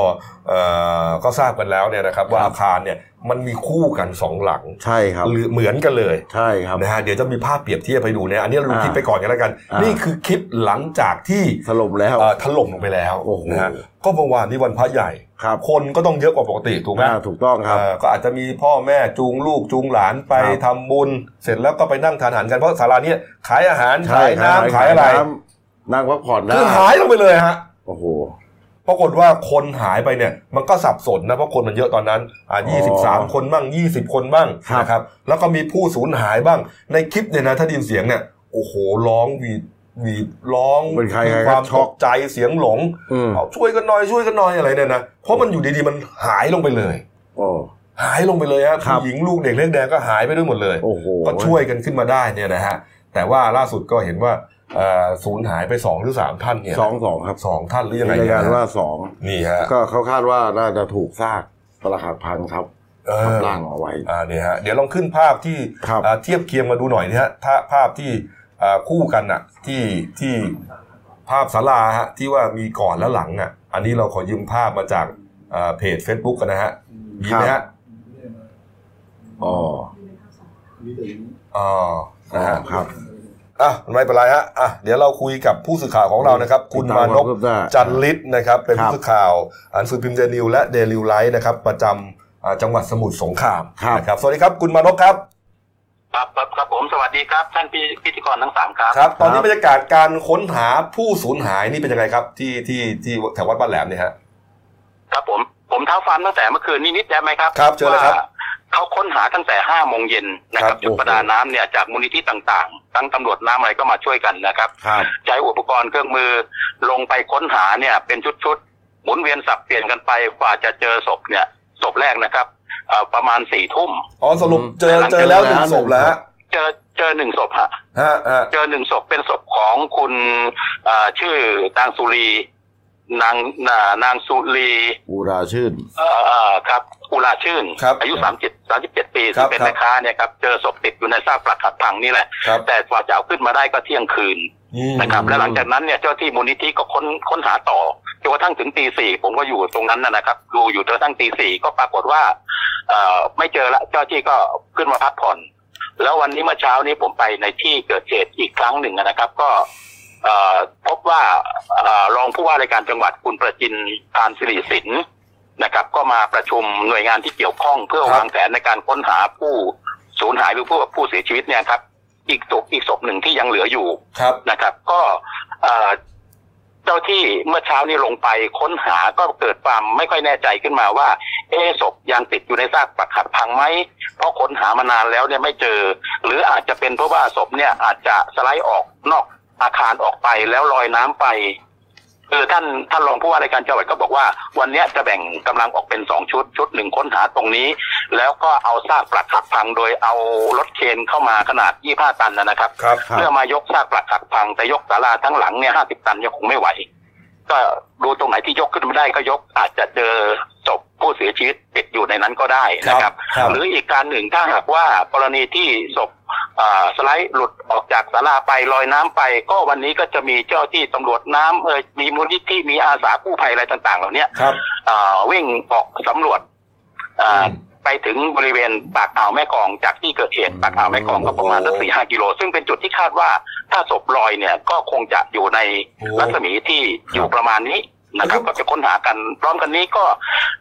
Speaker 1: เอ่อก็ทราบกันแล้วเนี่ยนะครับว่า
Speaker 2: ครับ
Speaker 1: อาคารเนี่ยมันมีคู่กันสองหลัง
Speaker 2: ใช่ครับ
Speaker 1: หรือเหมือนกันเลย
Speaker 2: ใช่ครับ
Speaker 1: นะฮะเดี๋ยวจะมีภาพเปรียบเทียบไปดูเนี่ยอันนี้เราดู
Speaker 2: อ่า
Speaker 1: คลิปไปก่อนกันแล้วกัน
Speaker 2: อ่านี่
Speaker 1: นี่คือคลิปหลังจากที่
Speaker 2: สรุปแล้ว
Speaker 1: เอ่อถล่มลงไปแล้ว
Speaker 2: โอ้โห
Speaker 1: นะฮะก็เมื่อวานนี้วันพระใหญ่
Speaker 2: ครับ
Speaker 1: คนก็ต้องเยอะกว่าปกติถูกไหม
Speaker 2: อ่าถูกต้องครับ
Speaker 1: เอ่อก็อาจจะมีพ่อแม่จูงลูกจูงหลานไป
Speaker 2: ครับ
Speaker 1: ทำบุญ เสร็จแล้วก็ไปนั่งทานอาหารกันเพราะศาลาเนี่ยขายอาหารขายน้ำ
Speaker 2: ใช่
Speaker 1: ขายอะไร
Speaker 2: น้ำนั่งพักผ่อนได้
Speaker 1: คือหายลงไปเลยฮะ
Speaker 2: โอ้โห
Speaker 1: ปรากฏว่าคนหายไปเนี่ยมันก็สับสนนะเพราะคนมันเยอะตอนนั้นอ่า
Speaker 2: อ๋อ
Speaker 1: 23 คนบ้าง 20 คนบ้าง
Speaker 2: ครับ
Speaker 1: นะครับ แล้วก็มีผู้สูญหายบ้าง ในคลิปเนี่ยนะถ้าไดยินเสียงเนี่ยโอ้โหร้องหวีดหวีดร้อง
Speaker 2: เป็นใคร
Speaker 1: มีค
Speaker 2: ใครก็
Speaker 1: วามต
Speaker 2: ช็อก
Speaker 1: กใจเสียงหลง
Speaker 2: อืม
Speaker 1: เอาช่วยกันหน่อยช่วยกันหน่อยอะไรเนี่ยนะเพราะมันอยู่ดีๆมันหายลงไปเลย
Speaker 2: โอ้
Speaker 1: หายลงไปเลยฮะ
Speaker 2: ครับ
Speaker 1: ผู้หญิงลูกเด็กเล็กแดงก็หายไปด้วยหมดเลย
Speaker 2: โอ้โห
Speaker 1: ก็ช่วยกันขึ้นมาได้เนี่ยนะฮะแต่ว่าล่าสุดก็เห็นว่าเอ่อสูญหายไปสองหรือสามท่านเนี่ย
Speaker 2: สองสองครับ
Speaker 1: สองท่านหรือยังไง
Speaker 2: ราย
Speaker 1: เนี่ย
Speaker 2: งาน
Speaker 1: นะ
Speaker 2: ว่าสอง
Speaker 1: นี่ฮะ
Speaker 2: ก็เขาคาดว่าน่าจะถูกซากปรักหักพังครับ
Speaker 1: เอ
Speaker 2: ทับ
Speaker 1: อ
Speaker 2: ร่างเอาไว้
Speaker 1: อ่าเนี่ยฮะเดี๋ยวลองขึ้นภาพที่
Speaker 2: ครับ
Speaker 1: อ่าเทียบเคียงมาดูหน่อยนะฮะถ้าภาพที่อ่าคู่กันน่ะที่ที่ภาพศาลาฮะที่ว่ามีก่อนและหลังอ่ะอันนี้เราขอยืมภาพมาจากอ่าเพจ Facebook กันนะฮะมีไหม
Speaker 2: ครั
Speaker 1: ฮะ
Speaker 2: บ อ๋อ
Speaker 1: อ๋อ
Speaker 2: อ๋
Speaker 1: นะ
Speaker 2: อ
Speaker 1: ฮะ
Speaker 2: ครับ
Speaker 1: อ่ะไม่เป็นไรฮะอ่ะเดี๋ยวเราคุยกับผู้สื่อข่าวของเรานะครับ คุณมานพ
Speaker 2: ติดตควคืบห
Speaker 1: จันลิศนะครับเป็น
Speaker 2: ครับ
Speaker 1: ผู้สื่อข่าวอันสือพิมพ์เดนิวและเดลิวไลท์นะครับประจำอ่าจังหวัดสมุทรสงครามนะครับสวัสดีครับคุณมานพครับ
Speaker 4: ครับครับครับผมสวัสดีครับ ท่านพิพิธีกรทั้งสามครับ
Speaker 1: ครับตอนนี้บรรยากาศการค้นหาผู้สูญหายนี่เป็นยังไงครับ ที่ที่ที่แถววัดบ้านแหลมเนี่ยฮะ
Speaker 4: ครับผมผมเท้าความตั้งแต่เมื่อคืนนี้นิดได้ไหมครับ
Speaker 1: ครับเชิญเลยครับ
Speaker 4: ว่าเขาค้นหาตั้งแต่ห้าโมงเย็นนะค
Speaker 1: ครั
Speaker 4: รับบ จุดประดาน้ำเนี่ยจากมูลนิธิต่างๆ ทั้งตำรวจน้ำอะไรก็มาช่วยกันนะครับ
Speaker 2: ครับ
Speaker 4: ใช้อุปกรณ์เครื่องมือลงไปค้นหาเนี่ยเป็นชุดๆ หมุนเวียนสับเปลี่ยนกันไปกว่าจะเจอศพเนี่ยศพแรกนะครับเอ่อประมาณสี่ทุ่ม
Speaker 1: อ๋อสรุป
Speaker 2: อืม
Speaker 1: เจอเจอแล้วหนึ่งศพแล้วฮะ
Speaker 4: เจอเจอหนึ่งศพฮะ
Speaker 1: ฮะฮะ
Speaker 4: เจอหนึ่งศพเป็นศพของคุณเอ่อชื่อนางสุรี นางนานางสุรี
Speaker 2: ูราชื่น
Speaker 4: เอ่อครับอุลาชื่น
Speaker 1: ครับ
Speaker 4: อายุสามเจ็ดสามสิบเจ็ดปี
Speaker 1: ครั
Speaker 4: ซึ่
Speaker 1: บ
Speaker 4: งเป็น
Speaker 1: ครับ
Speaker 4: แม่ค้าเนี่ยครับเจอศพติดอยู่ในซากปลักหักพังนี่แหละ
Speaker 1: ครับ
Speaker 4: แต่กว่าจะเอาขึ้นมาได้ก็เที่ยงคืน
Speaker 1: อืม
Speaker 4: นะครับ และหลังจากนั้นเนี่ยเจ้าที่มูลนิธิก็ค้นค้นหาต่อจนกระทั่งถึงตีสี่ผมก็อยู่ตรงนั้นนะนะครับดูอยู่จนกระทั่งตีสี่ก็ปรากฏว่าเอ่อไม่เจอละเจ้าที่ก็ขึ้นมาพักผ่อน แล้ววันนี้เมื่อเช้านี้ผมไปในที่เกิดเหตุอีกครั้งหนึ่งนะครับ ก็เอ่อพบว่าเอ่อรองผู้ว่าราชการจังหวัดคุณประจินทานสิริสินนะครับ ก็มาประชุมหน่วยงานที่เกี่ยวข้องเพื่อวางแผนในการค้นหาผู้สูญหายหรือผู้ผู้เสียชีวิตเนี่ยครับ อีกศพอีกศพหนึ่งที่ยังเหลืออยู่
Speaker 1: ครับ
Speaker 4: นะครับก็เอ่อเจ้าที่เมื่อเช้านี้ลงไปค้นหาก็เกิดความไม่ค่อยแน่ใจขึ้นมาว่า เอะศพยังติดอยู่ในซากปรักหักพังไหมเพราะค้นหามานานแล้วเนี่ยไม่เจอ หรืออาจจะเป็นเพราะว่าศพเนี่ยอาจจะสไลด์ออกนอกอาคารออกไปแล้วลอยน้ำไปเออท่านท่านรองผู้ว่าราชการจังหวัดก็บอกว่า วันเนี้ยจะแบ่งกำลังออกเป็นสองชุดชุดหนึ่งค้นหาตรงนี้ แล้วก็เอาซากปรักหักพังโดยเอารถเคนเข้ามาขนาดยี่ห้าตันนะนะครับ
Speaker 1: ครับ
Speaker 2: ครับ
Speaker 4: เพื่อมายกซากปรักหักพังแต่ยกศาลาทั้งหลังเนี่ยห้าสิบตันยังคงไม่ไหว ก็ดูตรงไหนที่ยกขึ้นไม่ได้ก็ยกอาจจะเจอศพผู้เสียชีวิตติดอยู่ในนั้นก็ได้นะครับ
Speaker 1: ครับ
Speaker 4: หรืออีกการหนึ่งถ้าหากว่ากรณีที่ศพเอ่อสไลด์หลุดออกจากศาลาไปลอยน้ำไป ก็วันนี้ก็จะมีเจ้าที่ตำรวจน้ำเอยมีมูลนิธิมีอาสากู้ภัยอะไรต่างๆ เหล่าเนี้ย
Speaker 1: ครับ
Speaker 4: เอ่อวิ่งออกสำรวจเอ่อ
Speaker 1: อืม
Speaker 4: ไปถึงบริเวณปากอ่าวแม่กองจากที่เกิดเหตุปากอ่าวแม่กองก็ประมาณสักสี่ห้ากิโล ซึ่งเป็นจุดที่คาดว่าถ้า ถ้าศพลอยเนี่ยก็คงจะอยู่ใน
Speaker 1: โอ้
Speaker 4: รัศมีที่อยู่ประมาณนี้นะครับ
Speaker 1: แล้วก็
Speaker 4: ก็จะค้นหากันพร้อมกันนี้ก็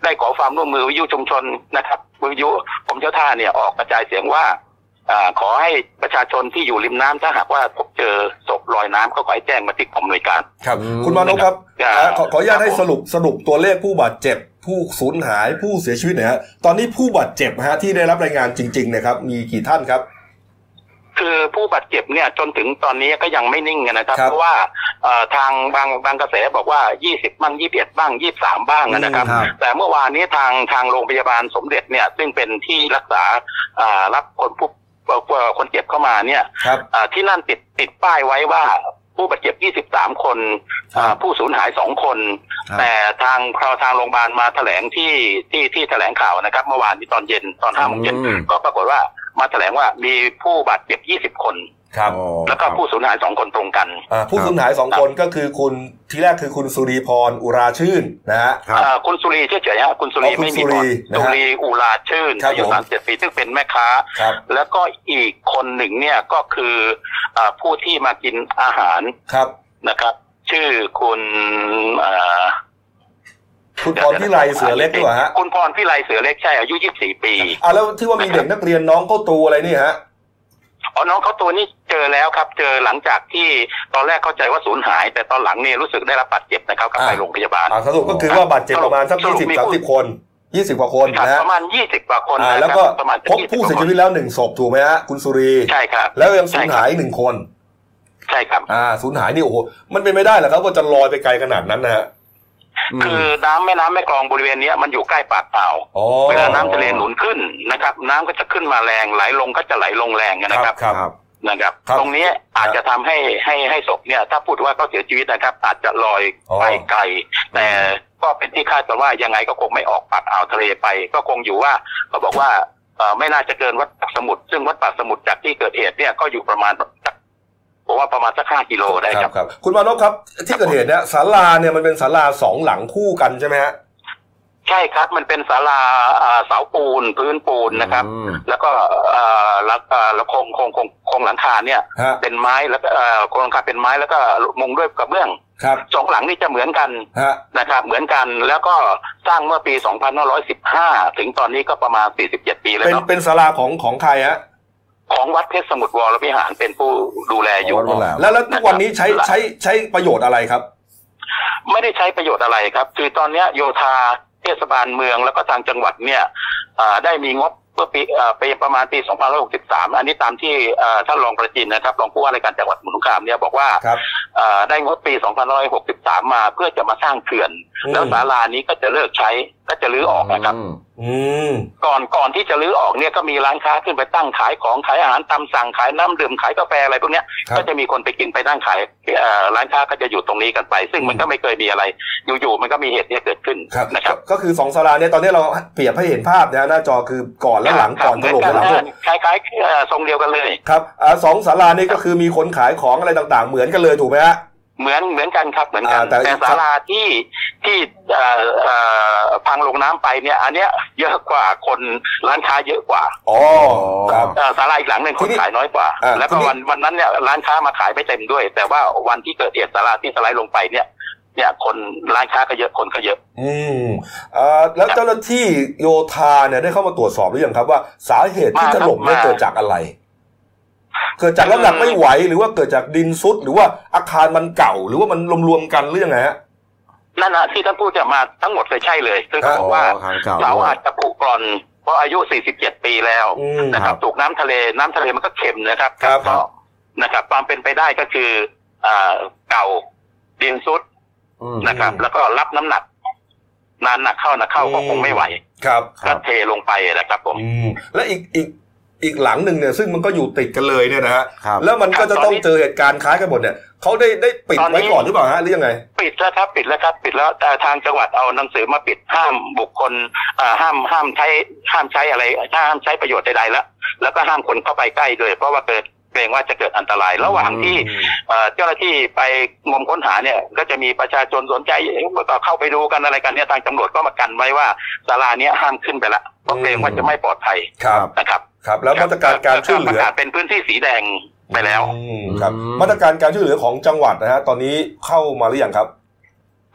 Speaker 4: ได้ขอความร่วมมือวิทยุชุมชนนะครับวิทยุผมเจ้าท่าเนี่ยออกกระจายเสียงว่าอาขอให้ประชาชนที่อยู่ริมน้ำถ้าหากว่าพบเจอศพลอยน้ำก็ขอให้แจ้งมาที่กองอำนวยการ
Speaker 1: ครับ
Speaker 2: อืม
Speaker 1: คุณมานพครับ
Speaker 4: ครับ
Speaker 1: อ่าขอขออนุญาต
Speaker 4: ครับ
Speaker 1: ให้สรุปสรุปตัวเลขผู้บาดเจ็บ ผู้สูญหายผู้เสียชีวิตหน่อยฮะตอนนี้ผู้บาดเจ็บฮะที่ได้รับรายงานจริงๆเนะครับมีกี่ท่านครับ
Speaker 4: คือผู้บาดเจ็บเนี่ยจนถึงตอนนี้ก็ยังไม่นิ่งนะครับ
Speaker 1: ครับ
Speaker 4: เพราะว่าเอ่อทางบางบางกระแสบอกว่า 20 บ้าง 21 บ้าง 23 บ้างนะครับ
Speaker 1: อืมครับ
Speaker 4: แต่เมื่อวานนี้ทางทางโรงพยาบาลสมเด็จเนี่ยซึ่งเป็นที่รักษาเอ่อรับคนผู้เอ่อคนเจ็บเข้ามาเนี่ย
Speaker 1: ครับ
Speaker 4: เอ่อที่นั่นติดติดป้ายไว้ว่าผู้บาดเจ็บ 23 คนเอ่อผู้สูญหาย 2 คน
Speaker 2: ครับ
Speaker 4: แต่ทางพอทางโรงพยาบาลมาแถลงที่ที่ที่แถลงข่าวนะครับ เมื่อวานนี้ตอนเย็นตอนห้าโมงเย็น
Speaker 2: อืม
Speaker 4: ก็ปรากฏว่ามาแถลงว่ามีผู้บาดเจ็บ 20 คน
Speaker 1: ครับ
Speaker 2: อ๋อ
Speaker 4: แล้วก็
Speaker 2: ครับ
Speaker 4: ผู้สูญหาย 2 คนตรงกัน
Speaker 1: อ่าผู้สูญหายสองคนก็คือคุณทีแรกคือคุณสุรีพรอุราชื่นนะฮะ
Speaker 2: ครับ
Speaker 4: เอ่อคุณสุรีเฉยๆฮะคุณสุรี
Speaker 1: อ๋อคุณ
Speaker 4: ไม่มี
Speaker 1: สุรี
Speaker 4: พร
Speaker 1: นะฮะ
Speaker 4: สุรีอุราชื่น
Speaker 1: ครับ
Speaker 4: อายุ
Speaker 1: ผม
Speaker 4: 37ปีซึ่งเป็นแม่ค้า
Speaker 1: ครับ
Speaker 4: แล้วก็อีกคนหนึ่งเนี่ยก็คือเอ่อผู้ที่มากินอาหาร
Speaker 1: ครับ
Speaker 4: นะครับ ชื่อคุณเอ่อ
Speaker 1: คุณพรพิไลเสือเล็กด้วยฮะ
Speaker 4: คุณพรพิไลเสือเล็กใช่อายุ 24 ปี
Speaker 1: อ่าแล้วที่ว่ามีเด็กนักเรียนน้องเข้าตูอะไรนี่ฮะ
Speaker 4: อ๋อ น้องเขาตัวนี้เจอแล้วครับ เจอหลังจากที่ตอนแรกเข้าใจว่าสูญหาย แต่ตอนหลังเนี่ยรู้สึกได้รับบาดเจ็บนะครับก็ไป
Speaker 1: อ่า
Speaker 4: โรงพยาบาล
Speaker 1: อ่าสรุปก็คือว่าบาดเจ็บประมาณสัก
Speaker 4: สรุ
Speaker 1: ยี่
Speaker 4: ป
Speaker 1: สิบ
Speaker 4: มี
Speaker 1: สาม
Speaker 4: ผู้
Speaker 1: สิบคนยี่สิบกว่าคน
Speaker 4: ครับ
Speaker 1: นะฮะ
Speaker 4: ประมาณ 20กว่าคน
Speaker 1: อ่า
Speaker 4: นะ
Speaker 1: แล้ว
Speaker 4: ครับ
Speaker 1: ก็
Speaker 4: ประมาณจะ
Speaker 1: พบผู้เสียชีวิตแล้วหนึ่งศพถูกไหมฮะคุณสุรี
Speaker 4: ใช่ครับ
Speaker 1: แล้วยังสูญหายอีกหนึ่งคน
Speaker 4: ใช่ครับ
Speaker 1: อ่าสูญหายนี่โอ้โหมันเป็นไม่ได้เหรอครับว่าจะลอยไปไกลขนาดนั้นนะฮะ
Speaker 2: อืม
Speaker 4: คือน้ำแม่น้ำแม่กลองบริเวณเนี้ยมันอยู่ใกล้ปากอ่าว
Speaker 1: อ๋อ
Speaker 4: เวลาน้ำทะเลหนุนขึ้นนะครับ น้ำก็จะขึ้นมาแรงไหลลงก็จะไหลลงแรงนะค
Speaker 1: ค
Speaker 4: รั
Speaker 1: รั
Speaker 4: บบ
Speaker 1: ครับ
Speaker 2: ครับ
Speaker 4: นะครับ
Speaker 1: ครับ
Speaker 4: ตรงนี้อาจจะทำให้ให้ให้ศพเนี่ย ถ้าพูดว่าเขาเสียชีวิตนะครับ อาจจะลอย
Speaker 1: อ๋อ
Speaker 4: ไปไกล แต่ก็เป็นที่คาดกันว่ายังไงก็คงไม่ออกปากอ่าวทะเลไป ก็คงอยู่ว่าเขาบอกว่าเอ่อไม่น่าจะเกินวัดปากสมุทรซึ่งวัดปากสมุทรจากที่เกิดเหตุเนี่ยก็อยู่ประมาณสักผมว่าประมาณสักห้ากิโลได้
Speaker 1: ค
Speaker 4: ค
Speaker 1: รั
Speaker 4: รั
Speaker 1: บบ ครับคุณมานพครับ ที่เกิดเหตุเนี่ยศาลาเนี่ยมันเป็นศาลาสองหลังคู่กันใช่ไหมฮะ
Speaker 4: ใช่ครับ มันเป็นศาลาอ่าเสาปูนพื้นปูนนะครับ
Speaker 2: อืม
Speaker 4: แล้วก็เอ่อแล้วเอ่อแล้วโครงโครงโครงโครงหลังคาเนี่ย
Speaker 1: ฮะ
Speaker 4: เป็นไม้แล้วก็เอ่อโครงหลังคาเป็นไม้แล้วก็มุงด้วยกระเบื้อง
Speaker 1: ครับ
Speaker 4: สองหลังนี่จะเหมือนกัน
Speaker 1: ฮะ
Speaker 4: นะครับ เหมือนกันแล้วก็สร้างเมื่อปี 2515 ถึงตอนนี้ก็ประมาณ 47 ปีแล้ว
Speaker 1: เป็น
Speaker 4: เนาะ
Speaker 1: เป็นศาลาของของใครฮะ
Speaker 4: ของวัดเพชรสมุทรวรวิหารเป็นผู้ดูแลอยู่
Speaker 2: อ๋อ ครับ
Speaker 1: แล้วแล้วทุกวันนี้ใช้ใช้ใช้ประโยชน์อะไรครับ
Speaker 4: ไม่ได้ใช้ประโยชน์อะไรครับ คือตอนเนี้ยโยธาเทศบาลเมืองแล้วก็ทางจังหวัดเนี่ยเอ่อได้มีงบเมื่อปีเอ่อปีประมาณปี 2563 อันนี้ตามที่เอ่อท่านรองประจินนะครับรองผู้ว่าราชการจังหวัดสมุทรสงครามเนี่ยบอกว่า
Speaker 1: ครับ
Speaker 4: เอ่อได้งบปี 2563 มาเพื่อจะมาสร้างเขื่อน
Speaker 1: อืม
Speaker 4: แล้วศาลานี้ก็จะเลิกใช้ก็จะรื้อออกนะครับ
Speaker 2: ม
Speaker 1: อืม
Speaker 4: ก่อนก่อนที่จะรื้อออกเนี่ยก็มีร้านค้าขึ้นไปตั้งขายของขายอาหารตามสั่งขายน้ำดื่มขายกาแฟอะไรพวกเนี้ย
Speaker 1: ครับ
Speaker 4: ก็จะมีคนไปกินไปนั่งขายเอ่อร้านค้าก็จะอยู่ตรงนี้กันไป ซึ่งมันก็ไม่เคยมีอะไร อยู่ๆมันก็มีเหตุเนี่ยเกิดขึ้น
Speaker 1: ครับ
Speaker 4: นะครับ
Speaker 1: ก็ก็คือสองศาลาเนี่ยตอนนี้เราเปรียบให้เห็นภาพนะฮะหน้าจอคือก่อนและหลังก่อนถล่มและหลังถล่ม
Speaker 4: คล้ายคล้ายๆเอ่อทรงเดียวกันเลย
Speaker 1: ครับอ่าสองศาลานี่ก็คือมีคนขายของอะไรต่างๆ เหมือนกันเลยถูกไหมฮะ
Speaker 4: เหมือนเหมือนกันครับเหมือนกัน
Speaker 1: อ่าแต่
Speaker 4: แต่ศาลาที่ที่เอ่อเอ่อพังลงน้ำไปเนี่ยอันเนี้ยเยอะกว่าคนร้านค้าเยอะกว่า
Speaker 1: อ๋อครับ
Speaker 4: เอ่อศาลาอีกหลังหนึ่งคนขายน้อยกว่า
Speaker 1: อ่า
Speaker 4: แล้ว
Speaker 1: ทีนี้
Speaker 4: ก็วันวันนั้นเนี่ยร้านค้ามาขายไม่เต็มด้วย แต่ว่าวันที่เกิดเหตุศาลาที่สไลด์ลงไปเนี่ยเนี่ยคนร้านค้าก็เยอะคนก็เยอะ
Speaker 1: อืมเอ่อแล้วเจ้าหน้าที่โยธาเนี่ยได้เข้ามาตรวจสอบหรือยังครับว่าสาเหตุที่
Speaker 4: มา
Speaker 1: ถ
Speaker 4: ครับ
Speaker 1: ล่มเนี่ย
Speaker 4: มา
Speaker 1: เกิดจากอะไร เกิดจากน้ำหนักไม่ไหวหรือว่าเกิดจากดินซุดหรือว่าอาคารมันเก่า หรือว่ามันรวมๆกันหรือยังไงฮะ
Speaker 4: นั่นนะที่ท่านพูดจะมาทั้งหมดเลยใช่เลยซึ่งเขา
Speaker 1: อ่า
Speaker 4: บอกว่า
Speaker 2: ครั้งเก่า
Speaker 4: เสา
Speaker 2: ด้วย
Speaker 4: อาจจะผุกร่อน เพราะอายุ 47 ปีแล้ว
Speaker 1: อืม
Speaker 4: นะค
Speaker 2: ครั
Speaker 4: รับบ ถูกน้ำทะเลน้ำทะเลมันก็เค็มนะครับ
Speaker 1: ครับ
Speaker 4: ก็นะครับ ความเป็นไปได้ก็คืออ่าเก่าดินซุด
Speaker 2: อืม
Speaker 4: นะครับ
Speaker 1: อืม
Speaker 4: แล้วก็รับน้ำหนัก นานหนักเข้าหนักเข้าก็
Speaker 1: อืม
Speaker 4: คงไม่ไหว
Speaker 1: ครับ
Speaker 2: ครั
Speaker 4: ก็
Speaker 2: บ
Speaker 4: เทลงไปนะครับผม
Speaker 1: อืมและอีกอีกอีกหลังหนึ่งเนี่ย ซึ่งมันก็อยู่ติดกันเลยเนี่ยนะฮะ
Speaker 2: ครับ
Speaker 1: แล้วมันก็จะต้องเจอเหตุการณ์คล้ายกันหมดเนี่ยเขาได้ได้ปิดไว้ก่อนหรือเปล่าฮะหรือยังไง
Speaker 4: ปิดแล้วครับ ปิดแล้วครับ ปิดแล้วแต่ทางจังหวัดเอาหนังสือมาปิดห้ามบุคคลอ่าห้ามห้ามใช้ห้ามใช้อะไรห้ามใช้ประโยชน์ใดๆแล้วแล้วก็ห้ามคนเข้าไปใกล้ด้วย เพราะว่าเกิดเกรงว่าจะเกิดอันตรายระหว่างที่ เอ่อเจ้าหน้าที่ไปงมค้นหาเนี่ยก็จะมีประชาชนสนใจก็เข้าไปดูกันอะไรกันเนี่ยทางตำรวจก็มากันไว้ว่าศาลาเนี้ยห้ามขึ้นไปละเพราะเกรงว่าจะไม่ปลอดภัย
Speaker 1: ครับ
Speaker 4: นะครับ
Speaker 1: ครับ แล้วมาตรการการช่วยเหลื
Speaker 4: ป
Speaker 1: อ
Speaker 4: ระกาศเป็นพื้นที่สีแดง ไปแล้ว
Speaker 1: อืมครับ
Speaker 2: อืม
Speaker 1: มาตรการการช่วยเหลือของจังหวัดนะฮะตอนนี้เข้ามาหรือยังครับ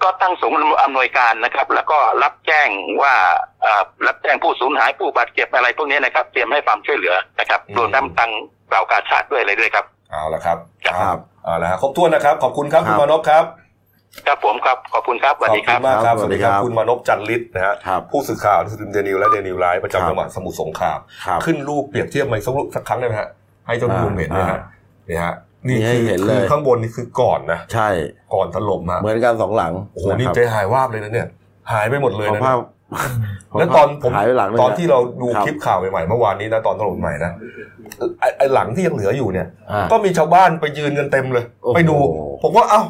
Speaker 4: ก็ตั้งศูนย์อำนวยการนะครับ แล้วก็รับแจ้งว่าเอ่อรับแจ้งผู้สูญหายผู้บาดเจ็บอะไรพวกนี้นะครับ เตรียมให้ความช่วยเหลือนะครับ
Speaker 1: อืม
Speaker 4: รวมทั้งตังเปล่ากาชาดด้วยอะไรด้วยครับ
Speaker 1: เอาละครับ
Speaker 4: ครับ
Speaker 1: ครับเอาละฮะครบถ้วนนะครับ ขอบคุณครับ
Speaker 2: ค
Speaker 1: คุ
Speaker 2: รับ
Speaker 1: ณมานพครับ
Speaker 4: ครับผมครับขอบคุณครับสวัสดีครับ
Speaker 1: ขอณมากครับ
Speaker 2: ครับ
Speaker 1: สวัสดีครับ
Speaker 2: สวัสดีครับ
Speaker 1: คุณมานพจันทร์ลิศนะฮะ
Speaker 2: ครับ
Speaker 1: ผู้สื่อข่าวที่สุดเดนิวและเดนิวไลฟ์ประจำจังหวัดสมุทรสงคราม
Speaker 2: ครับ
Speaker 1: ขึ้นรูปเปรียบเทียบมาอีกสักรูปสักครั้งได้ไหมฮะให้เจ้าหน้าที่
Speaker 2: อ่า
Speaker 1: เห็นนะฮะ
Speaker 2: อ่า
Speaker 1: นี่ฮะ
Speaker 2: นี่ให้
Speaker 1: คือ
Speaker 2: เห็น
Speaker 1: คือ
Speaker 2: เลย
Speaker 1: ข้างบนนี่คือก่อนนะ
Speaker 2: ใช่
Speaker 1: ก่อนถล่มมา
Speaker 2: เหมือนกันสองหลัง
Speaker 1: โอ้โหนี่
Speaker 2: ะครับ
Speaker 1: ใจหายวาบเลยนะเนี่ย หายไปหมดเลย
Speaker 2: ของ
Speaker 1: นะ
Speaker 2: ภาพ
Speaker 1: แล้วตอนผม
Speaker 2: หายไปหลังหนึ่ง
Speaker 1: ตอนที่เราดู
Speaker 2: รับ
Speaker 1: คลิปข่าวใหม่ๆเมื่อวานนี้นะตอนถล่มใหม่นะไอ้ไอหลังที่ยังเหลืออยู่เนี่ย
Speaker 2: อ่า
Speaker 1: ก็มีชาวบ้านไปยืนกันเต็มเลย
Speaker 2: โอ้โห
Speaker 1: ไปดู ผมว่าเอ้า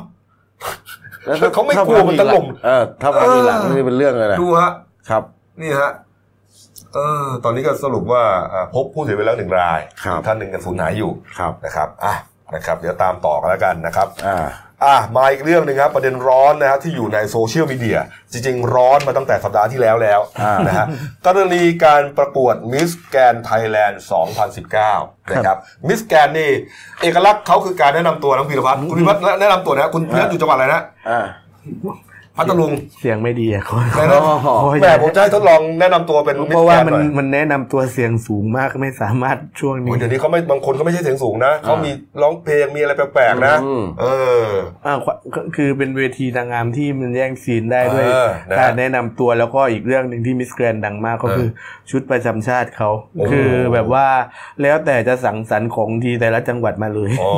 Speaker 1: เขาไม่กลัวมันถล่ม
Speaker 2: เออ ถ้ามามีหลังนี่เป็นเรื่องเลยนะ
Speaker 1: ดูฮะ
Speaker 2: ครับ
Speaker 1: นี่ฮะ เออ ตอนนี้ก็สรุปว่าอ่าพบผู้เสียชีวิตไปแล้วหนึ่งราย
Speaker 2: ครับ
Speaker 1: อีกท่านหนึ่งกันสูญหายอยู่
Speaker 2: ครับ
Speaker 1: นะครับ อ่ะ นะครับ เดี๋ยวตามต่อกันแล้วกันนะครับ
Speaker 2: อ่า
Speaker 1: อ่ะ มาอีกเรื่องหนึ่งครับ ประเด็นร้อนนะครับที่อยู่ในโซเชียลมีเดีย จริง ๆ ร้อนมาตั้งแต่สัปดาห์ที่แล้วแล้ว
Speaker 2: อ่าน
Speaker 1: นะฮะ กรณีการประกวดมิสแกนไทยแลนด์ 2019 นะครับ มิสแกนนี่ เอกลักษณ์เขาคือการแนะนำตัวน้องพีรพัฒน์คุณพีรพัฒน์แนะนำตัวนะฮะคุณพีรพัฒน์อยู่จังหวัดอะไรนะ
Speaker 2: อ่า
Speaker 1: พัทลุง
Speaker 3: เสียงไม่ดีอะคน
Speaker 1: ไหนนะ
Speaker 2: อ๋อ
Speaker 1: แหมผมจะให้ทดลองแนะนำตัวเป็นมิ
Speaker 3: เพ
Speaker 1: ส
Speaker 3: ราะ
Speaker 1: แก
Speaker 3: ว่าน มัน
Speaker 1: หน่อย
Speaker 3: มันแนะนำตัวเสียงสูงมากไม่สามารถช่วง
Speaker 1: โอ้
Speaker 3: นี้
Speaker 1: ยเดี๋ยวนี้เขาไม่ บางคนเขาไม่ใช่เสียงสูงนะ เขามีร้องเพลง มีอะไรแปลกๆนะ
Speaker 2: อืม
Speaker 1: เออ
Speaker 3: อ่าควก็คือเป็นเวทีนางงามที่มันแย่งซีนได้ด้วย
Speaker 1: เออนะ
Speaker 3: การแนะนำตัวแล้วก็อีกเรื่องหนึ่งที่มิสแกรนดังมากก็คือชุดประจำชาติเขา
Speaker 1: โอ้
Speaker 3: คือแบบว่าแล้วแต่จะสังสรรค์ของดีแต่ละจังหวัดมาเลย
Speaker 1: โอ้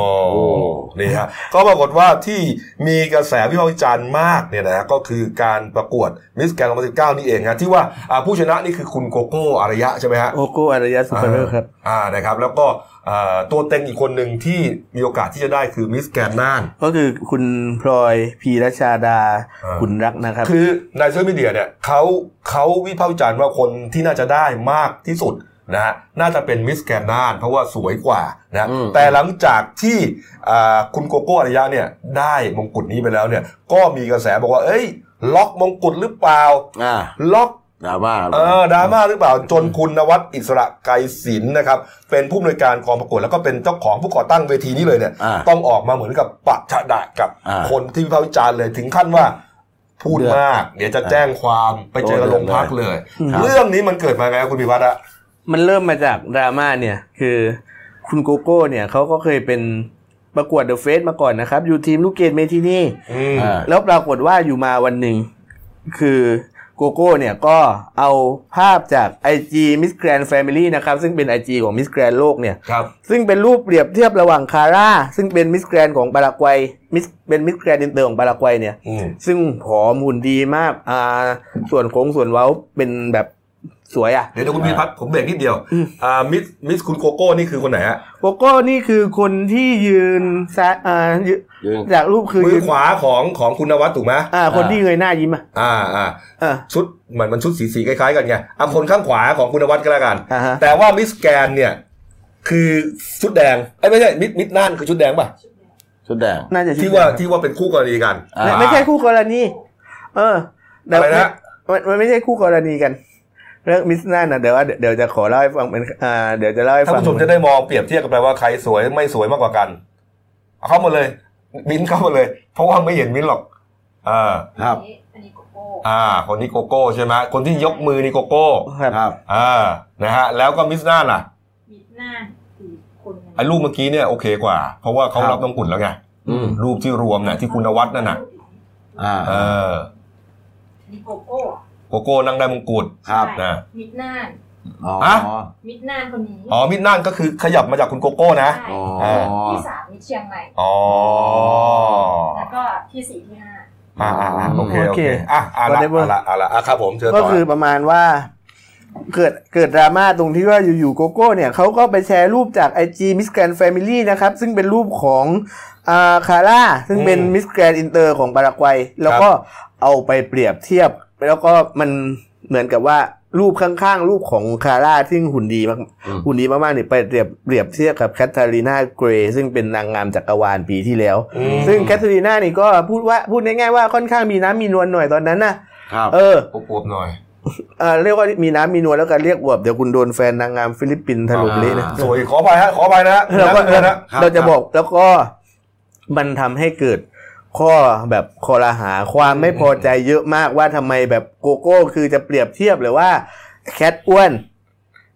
Speaker 1: นี่ฮะ ก็ปรากฏว่าที่มีกระแสวิพากษ์วิจารณ์มากเนี่ยนะฮะก็คือการประกวดมิสแกรน2019 นี่เองฮะที่ว่าอ่าผู้ชนะนี่คือคุณโกโก้อารยะใช่ไหมฮะ
Speaker 3: โอโกอารยะสุภเลิศครับ
Speaker 1: อ่านะครับแล้วก็อ่าตัวเต็งอีกคนหนึ่งที่มีโอกาสที่จะได้คือมิสแกรนน่าน
Speaker 3: ก็คือคุณพลอยพีรชาดา
Speaker 1: อ่า
Speaker 3: ขุนรักนะครับ
Speaker 1: คือในโซเชียลมีเดียเนี่ยเขาเขาวิพากษ์วิจารณ์ว่าคนที่น่าจะได้มากที่สุดนะฮะน่าจะเป็นมิสแกรนน่าน เพราะว่าสวยกว่านะ
Speaker 2: อืม
Speaker 1: แต่หลังจากที่อ่าคุณโกโก้อารยะเนี่ยได้มงกุฎนี้ไปแล้วเนี่ยก็มีกระแสบอกว่า เอ้ย ล็อกมงกุฎหรือเปล่า
Speaker 2: อ่า
Speaker 1: ล็อก
Speaker 2: ดราม่า
Speaker 1: เออดราม่าหรือเปล่าจนคุณนวัดอิสระไกรศิลป์นะครับ เป็นผู้อำนวยการกองประกวดแล้วก็เป็นเจ้าของผู้ก่อตั้งเวทีนี้เลยเนี่ย
Speaker 2: อ่า
Speaker 1: ต้องออกมาเหมือนกับปะชะดะกับ
Speaker 2: อ่า
Speaker 1: คนที่วิพากษ์วิจารณ์เลยถึงขั้นว่า พูดมาก เดี๋ยวจะแจ้งความไปเจอกันโรงพักเลย
Speaker 3: ครับ
Speaker 1: เรื่องนี้มันเกิดมาไงครับคุณพิพัฒน์อะ
Speaker 3: มันเริ่มมาจากดราม่าเนี่ย คือคุณโกโก้เนี่ยเขาก็เคยเป็นประกวดเดอะเฟสมาก่อนนะครับ อยู่ทีมลูกเกดเมทินี่
Speaker 2: อ่า
Speaker 3: แล้วปรากฏว่าอยู่มาวันหนึ่ง คือโกโก้เนี่ยก็เอาภาพจาก IG Miss Grand Family นะครับ ซึ่งเป็น IG ของ Miss Grand โลกเนี่ย
Speaker 1: ครับ
Speaker 3: ซึ่งเป็นรูปเปรียบเทียบระหว่างคาร่า ซึ่งเป็นมิสแกรนของปารากวัย Miss เป็นมิสแกรนอินเตอร์ของปารากวัยเนี่ย
Speaker 1: อืม
Speaker 3: ซึ่งผอมหุ่นดีมาก อ่า ส่วนโค้งส่วนเว้าเป็นแบบสวยอะ
Speaker 1: เดี๋ยวเดี๋ยวคุณพิพัฒน์ผมเบรกนิดเดียวอ่ามิสมิสคุณโกโก้นี่คือคนไหนฮะ
Speaker 3: โกโก้นี่คือคนที่ยืนซ้ายอ่ายืน
Speaker 2: ยืน
Speaker 3: จากรูปคือ
Speaker 1: มื
Speaker 3: ยื
Speaker 1: อน ขวาของของคุณนวัดถูกไหม
Speaker 3: อ่า คนที่เงยหน้ายิ้มอ่ะ
Speaker 1: อ่าอ่า
Speaker 3: อ่า
Speaker 1: ชุดเหมือนมันชุดสีสีคล้ายๆกันไงอ่ะคนข้างขวาของคุณนวัดก็แล้วกัน
Speaker 3: อ่าฮะ
Speaker 1: แต่ว่ามิสแกนเนี่ย คือชุดแดงไอ้ยไม่ใช่มิสมิสน่านคือชุดแดงป่ะ
Speaker 2: ชุดแดง
Speaker 3: น่าจะชื่อ
Speaker 1: ที่ว่าที่ว่าเป็นคู่กรณีกัน
Speaker 2: อ่า
Speaker 3: ไม่ไม่ใช่คู่กรณี เออแต่
Speaker 1: อะไรนะ
Speaker 3: มันมันไม่ใช่คู่กรณีกัน เรื่องมิสนาน่ะเดี๋ยวว่าเดี๋ยวจะขอเล่าให้ฟังเป็นอ่าเดี๋ยวจะเล่าให้
Speaker 1: ท่าน
Speaker 3: ฟัง
Speaker 1: ผู้ชมจะได้มองเปรียบเทียบกันไปว่าใครสวยไม่สวยมากกว่ากันเอาเข้ามาเลย มิ้นเข้ามาเลย เพราะว่าไม่เห็นมิ้นหรอกอ่า
Speaker 2: ครับ
Speaker 5: อันนี้โกโก้
Speaker 1: อ่า คนนี้โกโก้ใช่ไหมคนที่ยกมือนี่โกโก้
Speaker 3: ครับ
Speaker 2: ครับ
Speaker 1: อ่านะฮะแล้วก็มิสน่านล่ะ
Speaker 5: มีหน้าสี่คน
Speaker 1: ไอ้รูปเมื่อกี้เนี่ยโอเคกว่า เพราะว่าเขา
Speaker 2: ครับ
Speaker 1: รับน้องกุ่นแล้วไง
Speaker 2: อืม
Speaker 1: รูปที่รวมน่ะที่คุณนวัดนั่นน่ะ
Speaker 2: อ่า
Speaker 1: เออ
Speaker 5: อันนี้โกโก้
Speaker 1: โกโก้นั่งได้มงกุฎ
Speaker 2: ครับ
Speaker 1: นะ
Speaker 5: มิดน่าน
Speaker 2: อ๋อ
Speaker 1: ฮะ
Speaker 5: มิดน่านคนนี้
Speaker 1: อ๋อมิสน่านก็คือขยับมาจากคุณโกโก้นะ
Speaker 5: ใช่
Speaker 2: อ๋อ
Speaker 5: ที่สามมิดเชียงใหม่
Speaker 1: อ๋อ
Speaker 5: แล้วก็ที่สี่ที่ห้า
Speaker 1: อ่าอ่าอ่าโอเค
Speaker 3: โอ
Speaker 1: โอ
Speaker 3: เค
Speaker 1: เคอ่ะอ่ะละ
Speaker 3: Whatever
Speaker 1: อ่ะละอ่ะละอ่ะครับผมเชิญต่
Speaker 3: ก็
Speaker 1: อ
Speaker 3: คือประมาณว่า เกิดเกิดดราม่าตรงที่ว่าอยู่ๆโกโก้เนี่ยเขาก็ไปแชร์รูปจาก IG Miss Grand Family นะครับ ซึ่งเป็นรูปของอ่าคาร่า ซึ่งเป็นมิสแกรนอินเตอร์ของปารากวัย แล้วก็เอาไปเปรียบเทียบ แล้วก็มันเหมือนกับว่ารูปข้างๆ รูปของคาร่า ซึ่งหุ่นดีมาก
Speaker 2: อืม
Speaker 3: หุ่นดีมากๆเนี่ยไปเปรียบเปรียบเทียบกับแคทเธอรีนาเกรย์ซึ่งเป็นนางงามจักรวาลปีที่แล้ว
Speaker 1: อืม
Speaker 3: ซึ่งแคทเธอรีนานี่ก็พูดว่าพูดง่ายๆว่าค่อนข้างมีน้ำมีนวลหน่อยตอนนั้นนะครับ เออ
Speaker 1: อวบๆหน่อย
Speaker 3: เอ่อเรียกว่ามีน้ำมีนวลแล้วกันเรียกอวบเดี๋ยวคุณโดนแฟนนางงามฟิลิปปินส์ถล่มเละนะ
Speaker 2: อ่า
Speaker 1: สวยขออภัยฮะขออภัยนะฮะ
Speaker 3: เราก็
Speaker 1: นะฮะ
Speaker 2: ครับ
Speaker 3: เราจะบอกแล้วก็มันทำให้เกิดข้อแบบคอรหาความไม่พอใจเยอะมากว่าทำไมแบบโกโก้คือจะเปรียบเทียบเลยว่าแคทอ้วน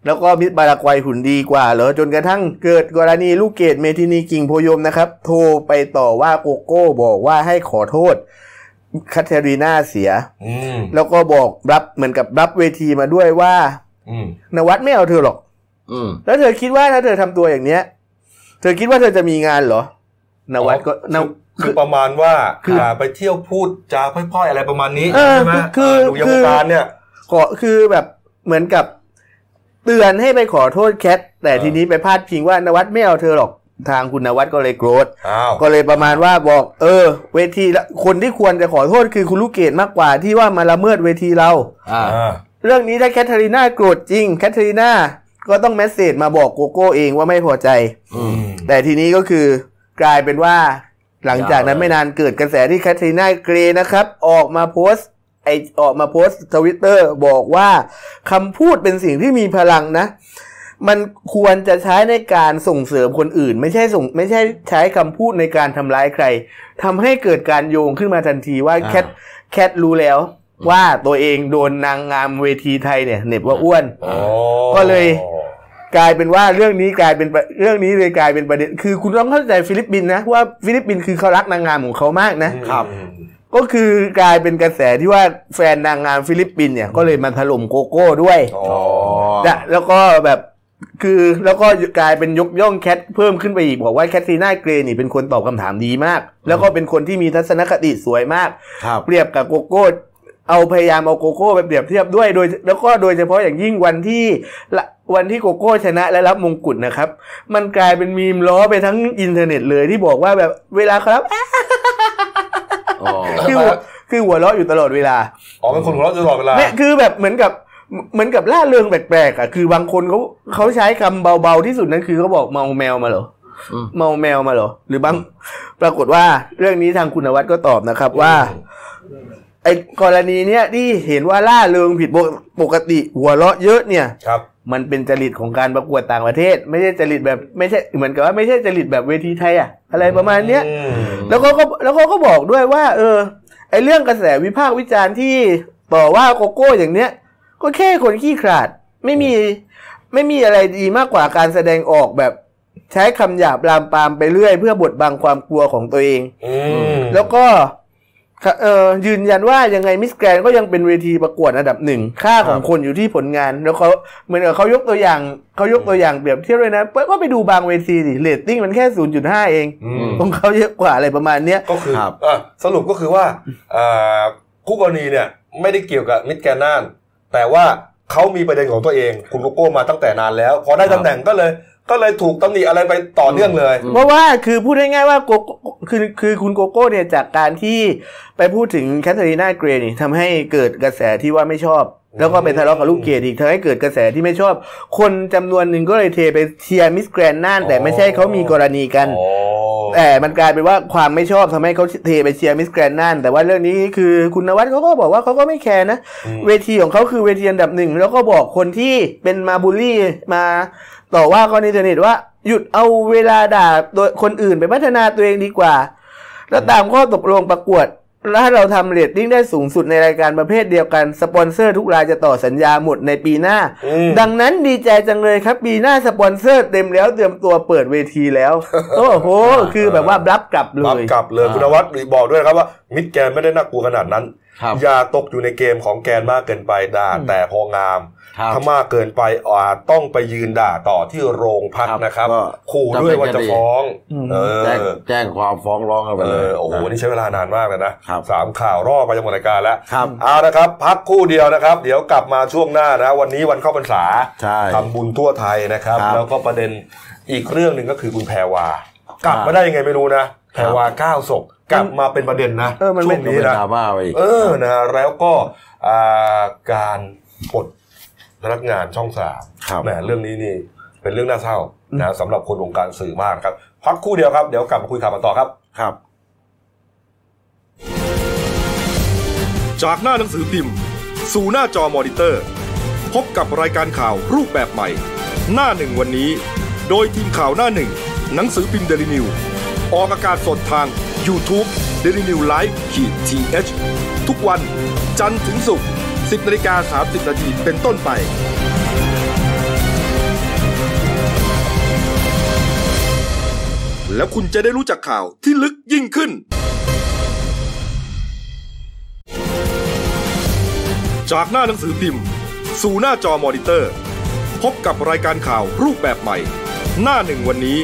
Speaker 3: แล้วก็มิสบารากวัยหุ่นดีกว่าเหรอจนกระทั่งเกิดกรณีลูกเกดเมทินีกิ่งโพยมนะครับ โทรไปต่อว่าโกโก้บอกว่าให้ขอโทษคาเทรีนาเสีย
Speaker 1: อืม
Speaker 3: แล้วก็บอกรับเหมือนกับรับเวทีมาด้วยว่า
Speaker 1: อืม
Speaker 3: นวัดไม่เอาเธอหรอก
Speaker 2: อืม
Speaker 3: แล้วเธอคิดว่าถ้าเธอทำตัวอย่างเนี้ย เธอคิดว่าเธอจะมีงานเหรอ นวัดก็นว
Speaker 1: คือประมาณว่า
Speaker 3: คือ
Speaker 1: อ่าไปเที่ยวพูดจาพร่อยๆอะไรประมาณนี้
Speaker 3: เออ
Speaker 1: ใช่ไหม
Speaker 3: คือ
Speaker 1: ดูยม
Speaker 3: คือ
Speaker 1: การเนี่ย
Speaker 3: ก็คือแบบเหมือนกับเตือนให้ไปขอโทษแคท แต่
Speaker 1: เออ
Speaker 3: ทีนี้ไปพาดพิงว่านวัดไม่เอาเธอหรอก ทางคุณนวัดก็เลยโกรธ
Speaker 1: อ้าว
Speaker 3: ก็เลยประมาณว่าบอก เออ เวทีละคนที่ควรจะขอโทษคือคุณลูกเกดมากกว่าที่ว่ามาละเมิดเวทีเรา
Speaker 2: อ่า
Speaker 1: อ่า
Speaker 3: เรื่องนี้ถ้าแคทเธอรีนาโกรธจริง แคทเธอรีนาก็ต้องแมสเซจมาบอกโกโก้เองว่าไม่พอใจ
Speaker 2: อืม
Speaker 3: แต่ทีนี้ก็คือกลายเป็นว่าหลังจากนั้น
Speaker 2: ยาวเลย
Speaker 3: ไม่นานเกิดกระแสที่แคทรีนาเกรย์นะครับ ออกมาโพสต์ไอออกมาโพสต์ทวิตเตอร์บอกว่าคำพูดเป็นสิ่งที่มีพลังนะ มันควรจะใช้ในการส่งเสริมคนอื่น ไม่ใช่ส่งไม่ใช่ใช้คำพูดในการทำร้ายใครทำให้เกิดการโยงขึ้นมาทันทีว่าแคทแคทรู้แล้วว่าตัวเองโดนนางงามเวทีไทยเนี่ยเหน็บว่าอ้วน
Speaker 1: อ๋อ
Speaker 3: ก็เลย กลายเป็นว่าเรื่องนี้กลายเป็นประเรื่องนี้เลยกลายเป็นประเด็นคือคุณต้องเข้าใจฟิลิปปินส์นะว่าฟิลิปปินส์คือเขารักนางงามของเขามากนะ
Speaker 1: อืม
Speaker 2: ครับ
Speaker 3: ก็คือกลายเป็นกระแสที่ว่าแฟนนางงามฟิลิปปินส์เนี่ยก็เลยมาถล่มโกโก้ด้วย
Speaker 1: อ๋อ
Speaker 3: นะแล้วก็แบบคือแล้วก็กลายเป็นยกย่องแคทเพิ่มขึ้นไปอีกบอกว่าแคทรีนาเกรย์นี่เป็นคนตอบคำถามดีมาก แล้วก็เป็นคนที่มีทัศนคติสวยมาก
Speaker 2: ครับ
Speaker 3: เปรียบกับโกโก้เอาพยายามเอาโกโก้ไปเปรียบเทียบด้วยโดย แล้วก็โดยเฉพาะอย่างยิ่งวันที่ละวันที่โกโก้ชนะและรับมงกุฎนะครับ มันกลายเป็นมีมล้อไปทั้งอินเทอร์เน็ตเลยที่บอกว่าแบบเวลาครับอ่ะ
Speaker 2: อ๋อ
Speaker 3: คือหัวคือหัวเราะอยู่ตลอดเวลา
Speaker 1: อ๋อเป็นคนหัวเราะตลอดเวลา
Speaker 3: เนี่ยคือแบบเหมือนกับเหมือนกับล่าเริงแปลกๆอ่ะคือบางคนเขาเขาใช้คำเบาๆที่สุดนั่นคือเขาบอกเมาแมวมาเหรอ
Speaker 2: อืม
Speaker 3: เมาแมวมาเหรอหรือบางปรากฏว่าเรื่องนี้ทางคุณนวัดก็ตอบนะครับว่า ไอ้กรณีเนี้ยที่เห็นว่าล่าเริงผิดปกติหัวเราะเยอะเนี่ย
Speaker 1: ครับ
Speaker 3: มันเป็นจริตของการประกวดต่างประเทศ ไม่ใช่จริตแบบไม่ใช่เหมือนกับว่าไม่ใช่จริตแบบเวทีไทยอะอะไรประมาณเนี้ย
Speaker 1: อืม
Speaker 3: แล้วเขาก็แล้วเขาก็บอกด้วยว่า เออไอ้เรื่องกระแสวิพากษ์วิจารณ์ที่ต่อว่าโกโก้อย่างเนี้ย ก็แค่คนขี้ขลาดไม่มีไม่มีอะไรดีมากกว่าการแสดงออกแบบ ใช้คำหยาบลามปามไปเรื่อย เพื่อบดบังความกลัวของตัวเอง
Speaker 1: อืม
Speaker 3: แล้วก็ค่ะเอ่อยืนยันว่ายังไงมิสแกรนก็ยังเป็นเวทีประกวดอันดับหนึ่ง ค่าของคนอยู่ที่ผลงาน แล้วเขาเหมือนกับเขายกตัวอย่างเขายกตัวอย่างเปรียบเทียบเลยนะเปิ้ลก็ไปดูบางเวทีดิเรตติ้งมันแค่ 0.5 เอง
Speaker 1: อืม
Speaker 3: ของเขาเยอะกว่าอะไรประมาณเนี้ย
Speaker 1: ก็คือ
Speaker 2: ครับ
Speaker 1: อ่ะสรุปก็คือว่าอ่าคู่กรณีเนี่ย ไม่ได้เกี่ยวกับมิตรแกนน่าน แต่ว่าเขามีประเด็นของตัวเอง คุณโกโก้มาตั้งแต่นานแล้ว พอได้ตำแหน่งก็เลย ก็เลยถูกตำหนิอะไรไปต่อเนื่องเลย
Speaker 3: เพราะว่าคือพูดง่ายๆว่าโกโก้คือคือคุณโกโก้เนี่ยจากการที่ไปพูดถึงแคทเธอรีนาเกรย์นี่ทำให้เกิดกระแสที่ว่าไม่ชอบ แล้วก็ไปทะเลาะกับลูกเกดอีกทำให้เกิดกระแสที่ไม่ชอบ คนจำนวนหนึ่งก็เลยเทไปเชียร์มิสแกรนด์น่าน แต่ไม่ใช่เขามีกรณีกัน
Speaker 1: อ๋อ
Speaker 3: แต่มันกลายเป็นว่าความไม่ชอบทำให้เขาเทไปเชียร์มิสแกรนด์น่าน แต่ว่าเรื่องนี้คือคุณนวัดเขาก็บอกว่าเขาก็ไม่แคร์นะ
Speaker 1: อืม
Speaker 3: เวทีของเขาคือเวทีอันดับหนึ่งแล้วก็บอกคนที่เป็นมาบูลลี่มาต่อว่าเขาในอินเทอร์เน็ตว่าหยุดเอาเวลาด่าโดยคนอื่นไปพัฒนาตัวเองดีกว่า แล้วตามข้อตกลงประกวด แล้วถ้าเราทำเรตติ้งได้สูงสุดในรายการประเภทเดียวกัน สปอนเซอร์ทุกรายจะต่อสัญญาหมดในปีหน้า
Speaker 1: อืม
Speaker 3: ดังนั้นดีใจจังเลยครับ ปีหน้าสปอนเซอร์เต็มแล้วเตรียมตัวเปิดเวทีแล้ว โอ้โห คือแบบว่ารับกลับเล
Speaker 1: รับ
Speaker 3: ย
Speaker 1: กลับเลยคุณนวัดบอกด้วยนะครับว่า มิตรแกนไม่ได้น่ากลัวขนาดนั้น
Speaker 2: ครับ
Speaker 1: อย่าตกอยู่ในเกมของแกนมากเกินไปด่าแต่พองาม
Speaker 2: ครับ
Speaker 1: ถ้ามากเกินไปอาจต้องไปยืนด่าต่อที่โรงพัก
Speaker 2: ครับ
Speaker 1: นะครับ
Speaker 2: ก็
Speaker 1: ขู่ด้วยว่า
Speaker 2: จำเป็
Speaker 1: จะ
Speaker 2: นจะ
Speaker 1: ฟ้อง
Speaker 3: อืม
Speaker 1: เออ
Speaker 2: แจ้งแจ้งความฟ้องร้องกันไป
Speaker 1: เอ
Speaker 2: เลย
Speaker 1: อโอ้โหนี่ใช้เวลานานมากเลยนะครับ สามข่าวรอบไปจนหมดรายการแล้ว
Speaker 2: ครับ
Speaker 1: เอาละครับ พักครู่เดียวนะครับ เดี๋ยวกลับมาช่วงหน้านะวันนี้วันเข้าพรรษา
Speaker 2: ใช่
Speaker 1: ทำบุญทั่วไทยนะครับ
Speaker 2: ครับ
Speaker 1: แล้วก็ประเด็นอีกเรื่องหนึ่งก็คือคุณแพรวา กลับ
Speaker 2: ครับ
Speaker 1: มาได้ยังไงไม่รู้นะแพรวาเก้าศพกลับมาเป็นประเด็นนะ
Speaker 3: เออมัน
Speaker 1: ช่
Speaker 3: ไม่
Speaker 1: วง
Speaker 2: ก็
Speaker 1: นี้
Speaker 2: เป็น
Speaker 1: นะ
Speaker 2: ดราม่าไปอีก
Speaker 1: เออ นะฮะแล้วก็อ่าการปลดพนักงานช่องสาม
Speaker 2: ครับ
Speaker 1: แหมเรื่องนี้นี่เป็นเรื่องน่าเศร้านะสำหรับคนวงการสื่อมากนะครับพักครู่เดียวครับ เดี๋ยวกลับมาคุยข่าวกันต่อครับ
Speaker 2: ครับ
Speaker 6: จากหน้าหนังสือพิมพ์
Speaker 1: สู่หน้าจอมอนิเตอร์ พบกับรายการข่าวรูปแบบใหม่ หน้าหนึ่งวันนี้ โดยทีมข่าวหน้าหนึ่ง หนังสือพิมพ์เดลิวิวออกอากาศสดทาง y o u t u เด d ิวิวไลฟ์ขีดทีเทุกวัน จันทร์ถึงศุกร์10นาฬิกา30นาทีเป็นต้นไป แล้วคุณจะได้รู้จักข่าวที่ลึกยิ่งขึ้น จากหน้าหนังสือพิมพ์ สู่หน้าจอมอนิเตอร์ พบกับรายการข่าวรูปแบบใหม่ หน้าหนึ่งวันนี้